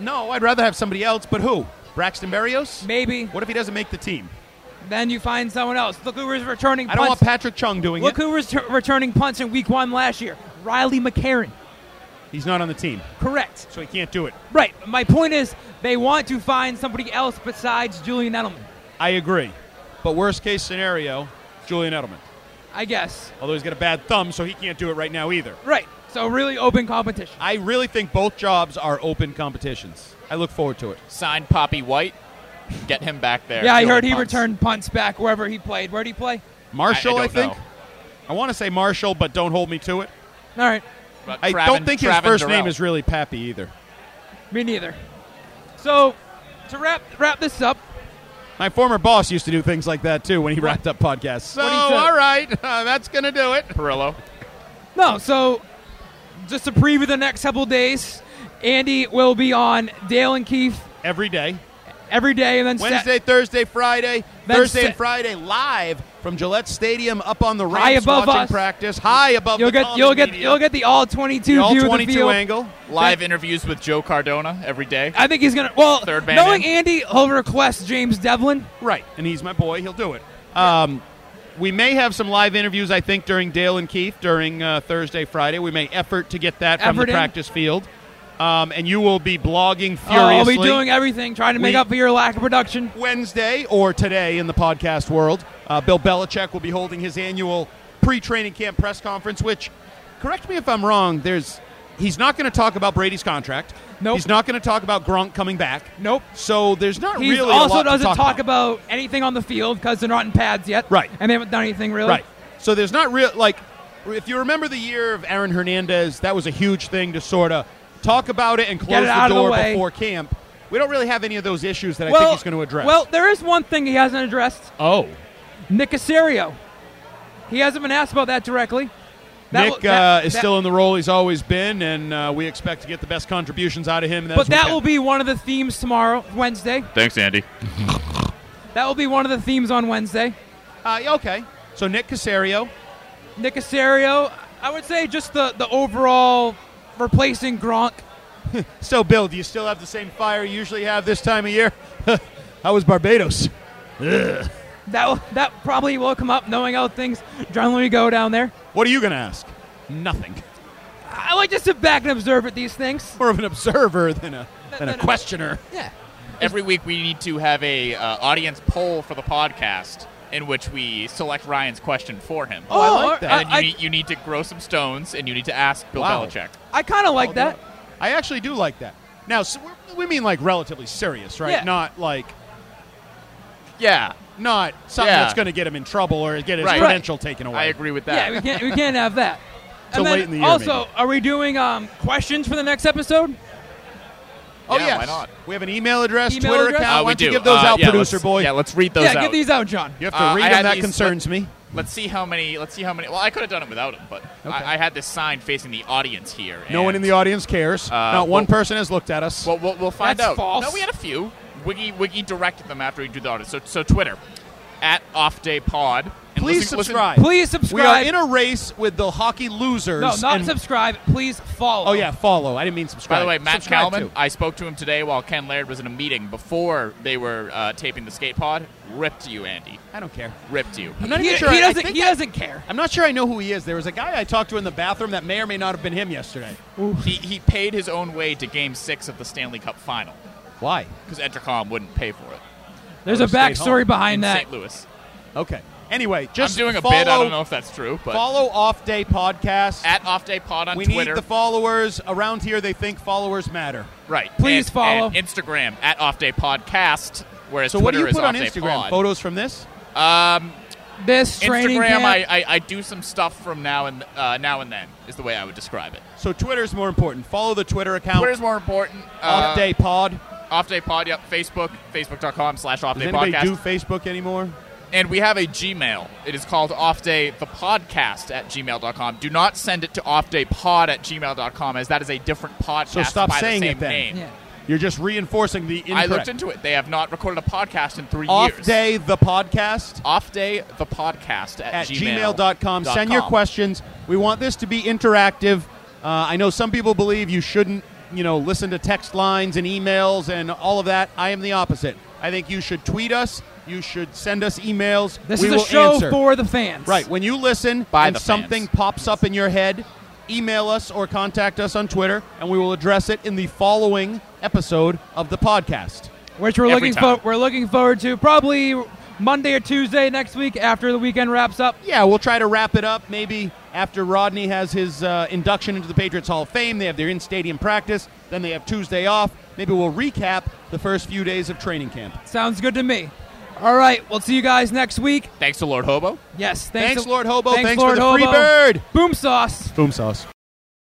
S3: No, I'd rather have somebody else, but who? Braxton Berrios?
S5: Maybe
S3: What if he doesn't make the team?
S5: then you find someone else. Look who was returning.
S3: I don't want
S5: punts.
S3: Patrick Chung doing
S5: Look
S3: it.
S5: who was t- returning punts in week one last year. Riley McCarron.
S3: He's not on the team,
S5: Correct.
S3: so he can't do it.
S5: Right. My point is they want to find somebody else besides Julian Edelman.
S3: I agree. But worst case scenario, Julian Edelman.
S5: I guess.
S3: Although he's got a bad thumb, so he can't do it right now either.
S5: Right. So really open competition.
S3: I really think both jobs are open competitions. I look forward to it.
S4: Sign Poppy White. Get him back there.
S5: yeah, I
S4: Field
S5: heard he
S4: punts.
S5: returned punts back wherever he played. Where'd he play?
S3: Marshall,
S4: I-
S3: I,
S4: I don't
S3: think.
S4: know.
S3: I want to say Marshall, but don't hold me to it.
S5: All right.
S4: But
S3: I
S4: Travin-
S3: don't think his
S4: Travin
S3: first
S4: Durrell.
S3: name is really Pappy either.
S5: Me neither. So to wrap wrap this up,
S3: My former boss used to do things like that too when he wrapped up podcasts. So,
S5: What do you think?
S3: all right, uh, that's going to do it.
S4: Perillo.
S5: No, so just to preview the next couple days, Andy will be on Dale and Keith
S3: Every day.
S5: every day, and then Sat-
S3: Wednesday, Thursday, Friday,
S5: Then
S3: Thursday
S5: Sa-
S3: and Friday live from Gillette Stadium up on the ramps
S5: High above
S3: watching
S5: us.
S3: practice, high above
S5: you'll
S3: the
S5: get
S3: common
S5: you'll get
S3: media.
S5: you'll get the all twenty
S3: The
S5: two
S3: all
S5: view of the
S3: 22
S5: field.
S3: angle.
S4: Live interviews with Joe Cardona every day.
S5: I think he's gonna well
S4: Third man
S5: knowing
S4: in.
S5: Andy, he'll request James Devlin.
S3: Right, and he's my boy. He'll do it. Um, we may have some live interviews, I think, during Dale and Keith during uh, Thursday, Friday. We may effort to get that from
S5: Effort
S3: the
S5: in.
S3: practice field. Um, and you will be blogging
S5: Oh, I'll
S3: furiously
S5: be doing everything, trying to make
S3: We-
S5: up for your lack of production.
S3: Wednesday or today in the podcast world. Uh, Bill Belichick will be holding his annual pre-training camp press conference. Which, correct me if I'm wrong. There's he's not going to talk about Brady's contract.
S5: Nope.
S3: He's not going to talk about Gronk coming back.
S5: Nope.
S3: So there's not
S5: He
S3: really a
S5: also
S3: lot to
S5: doesn't
S3: talk, about.
S5: about. anything on the field because they're not in pads yet.
S3: Right.
S5: And they haven't done anything really.
S3: Right. So there's not real like if you remember the year of Aaron Hernandez, that was a huge thing to sort of talk about it and close
S5: it out
S3: the
S5: of the
S3: door
S5: way.
S3: before camp. We don't really have any of those issues that I
S5: well,
S3: think he's going to address.
S5: Well, there is one thing he hasn't addressed.
S3: oh,
S5: Nick Casario. He hasn't been asked about that directly. That
S3: Nick
S5: will- that-
S3: uh, is
S5: that-
S3: still in the role he's always been, and uh, we expect to get the best contributions out of him.
S5: But that will be one of the themes tomorrow, Wednesday.
S4: Thanks, Andy.
S5: That will be one of the themes on Wednesday.
S3: uh, yeah, okay. So Nick Casario,
S5: Nick Casario, I would say just the, the overall replacing Gronk.
S3: So, Bill, do you still have the same fire you usually have this time of year? How was Barbados?
S5: That will, that probably will come up, knowing how things generally go down there.
S3: What are you going to ask? Nothing.
S5: I like to sit back and observe at these things.
S3: More of an observer than a than a
S5: than a-
S3: questioner.
S5: Yeah.
S4: Every week we need to have a uh, audience poll for the podcast in which we select Ryan's question for him.
S5: Oh,
S3: I like
S5: or-
S3: that.
S5: I,
S4: and you, need, you need to grow some stones and you need to ask Bill
S3: Wow.
S4: Belichick.
S5: kind of like that.
S3: I actually do like that. Now, so we're- we mean like relatively serious, right?
S5: Yeah.
S3: Not like
S4: Yeah,
S3: not something
S4: Yeah.
S3: that's going to get him in trouble or get his
S4: Right.
S3: credential taken away.
S4: I agree with
S5: Yeah,
S4: that.
S5: we can't we can't have that.
S3: Till
S5: and then
S3: late in the year,
S5: also, are we doing um, questions for the next episode?
S3: Oh
S4: Yeah,
S3: yes.
S4: why not?
S3: We have an email address,
S5: Email
S3: Twitter
S5: address?
S3: account.
S4: Uh,
S3: Why
S4: we
S3: don't you
S4: do.
S3: give those
S4: Uh,
S3: out,
S4: yeah,
S3: producer
S4: let's-
S3: boy?
S4: Yeah, let's read those
S5: yeah,
S4: out.
S5: get these out, John.
S3: You have to
S4: Uh, I
S3: read them.
S4: had
S3: That
S4: these-
S3: concerns me.
S4: Let's see how many. Let's see how many. Well, I could have done it without him, but I, I had this sign facing the audience here.
S3: No one in the audience cares. Not one person has looked at us.
S4: Uh, Well, we'll, we'll find
S5: That's
S4: out.
S5: false.
S4: No, we had a few. Wiggy Wiggy directed them after we did the audience. So, so Twitter at Off Day Pod. And
S3: Please
S4: listen- listen-
S3: subscribe.
S5: Please
S3: we are
S5: subscribe.
S3: in a race with the hockey losers.
S5: no, not
S3: and-
S5: subscribe. Please follow.
S3: Oh yeah, follow. I didn't mean subscribe.
S4: By the way, Matt
S3: Subscribe,
S4: Kalman,
S3: too.
S4: I spoke to him today while Ken Laird was in a meeting before they were uh, taping the skate pod. Ripped you, Andy.
S3: I don't care.
S4: Ripped you.
S3: I'm not
S5: He,
S3: even sure.
S5: he
S3: I- I
S5: doesn't.
S3: think
S5: He
S3: I-
S5: doesn't care.
S3: I'm not sure I know who he is. There was a guy I talked to in the bathroom that may or may not have been him yesterday.
S4: He, he paid his own way to Game Six of the Stanley Cup Final
S3: Why?
S4: because Entercom wouldn't pay for it.
S5: There's a
S3: stay
S5: backstory
S3: home.
S5: behind
S4: in
S5: that.
S4: St. Louis.
S3: Okay. Anyway, just
S4: I'm doing a
S3: follow,
S4: bit. I don't know if that's true, but
S3: Follow Off Day Podcast.
S4: at Off Day Pod on
S3: we
S4: Twitter.
S3: need the followers around here. They think followers matter.
S4: right.
S5: Please
S4: And-
S5: follow.
S4: and Instagram at Off Day Podcast. Whereas
S3: So
S4: Twitter
S3: what do you
S4: is
S3: put
S4: Off
S3: on
S4: Day
S3: Instagram?
S4: Pod.
S3: Photos from this?
S4: Um,
S5: This training
S4: Instagram,
S5: camp.
S4: I, I, I do some stuff from now and uh, now and then is the way I would describe it.
S3: So Twitter's more important. Follow the Twitter account.
S4: Twitter's more important. uh,
S3: Off Day Pod.
S4: Off Day Pod. Yep. Facebook. Facebook.com slash Off
S3: Does
S4: Day
S3: anybody
S4: Podcast.
S3: do Facebook anymore?
S4: And we have a Gmail. It is called Off Day the Podcast at gmail.com. Do not send it to Off Day Pod at gmail.com as that is a different podcast
S3: So stop
S4: by
S3: saying
S4: the same
S3: it then.
S4: name.
S5: yeah.
S3: You're just reinforcing the. Incorrect.
S4: I looked into it. They have not recorded a podcast in three
S3: Off
S4: years.
S3: Day the Podcast.
S4: Off Day the Podcast at,
S3: at
S4: gmail.com.
S3: gmail.com. Send your questions. We want this to be interactive. Uh, I know some people believe you shouldn't, you know, listen to text lines and emails and all of that. I am the opposite. I think you should tweet us. You should send us emails.
S5: This
S3: we
S5: is a
S3: will
S5: show
S3: answer.
S5: for the fans.
S3: right when you listen
S4: By
S3: and
S4: the
S3: something
S4: fans.
S3: pops up in your head. Email us or contact us on Twitter, and we will address it in the following episode of the podcast.
S5: Which we're
S4: Every
S5: looking
S4: time.
S5: for. We're looking forward to probably Monday or Tuesday next week after the weekend wraps up.
S3: Yeah, we'll try to wrap it up maybe after Rodney has his uh, induction into the Patriots Hall of Fame. They have their in stadium practice, then they have Tuesday off. Maybe we'll recap the first few days of training camp.
S5: Sounds good to me. All right, we'll see you guys next week.
S4: Thanks to Lord Hobo.
S5: Yes, thanks,
S3: Thanks,
S5: to-
S3: Lord Hobo. Thanks for
S5: Lord
S3: the free
S5: Hobo.
S3: bird.
S5: Boom sauce.
S3: Boom sauce.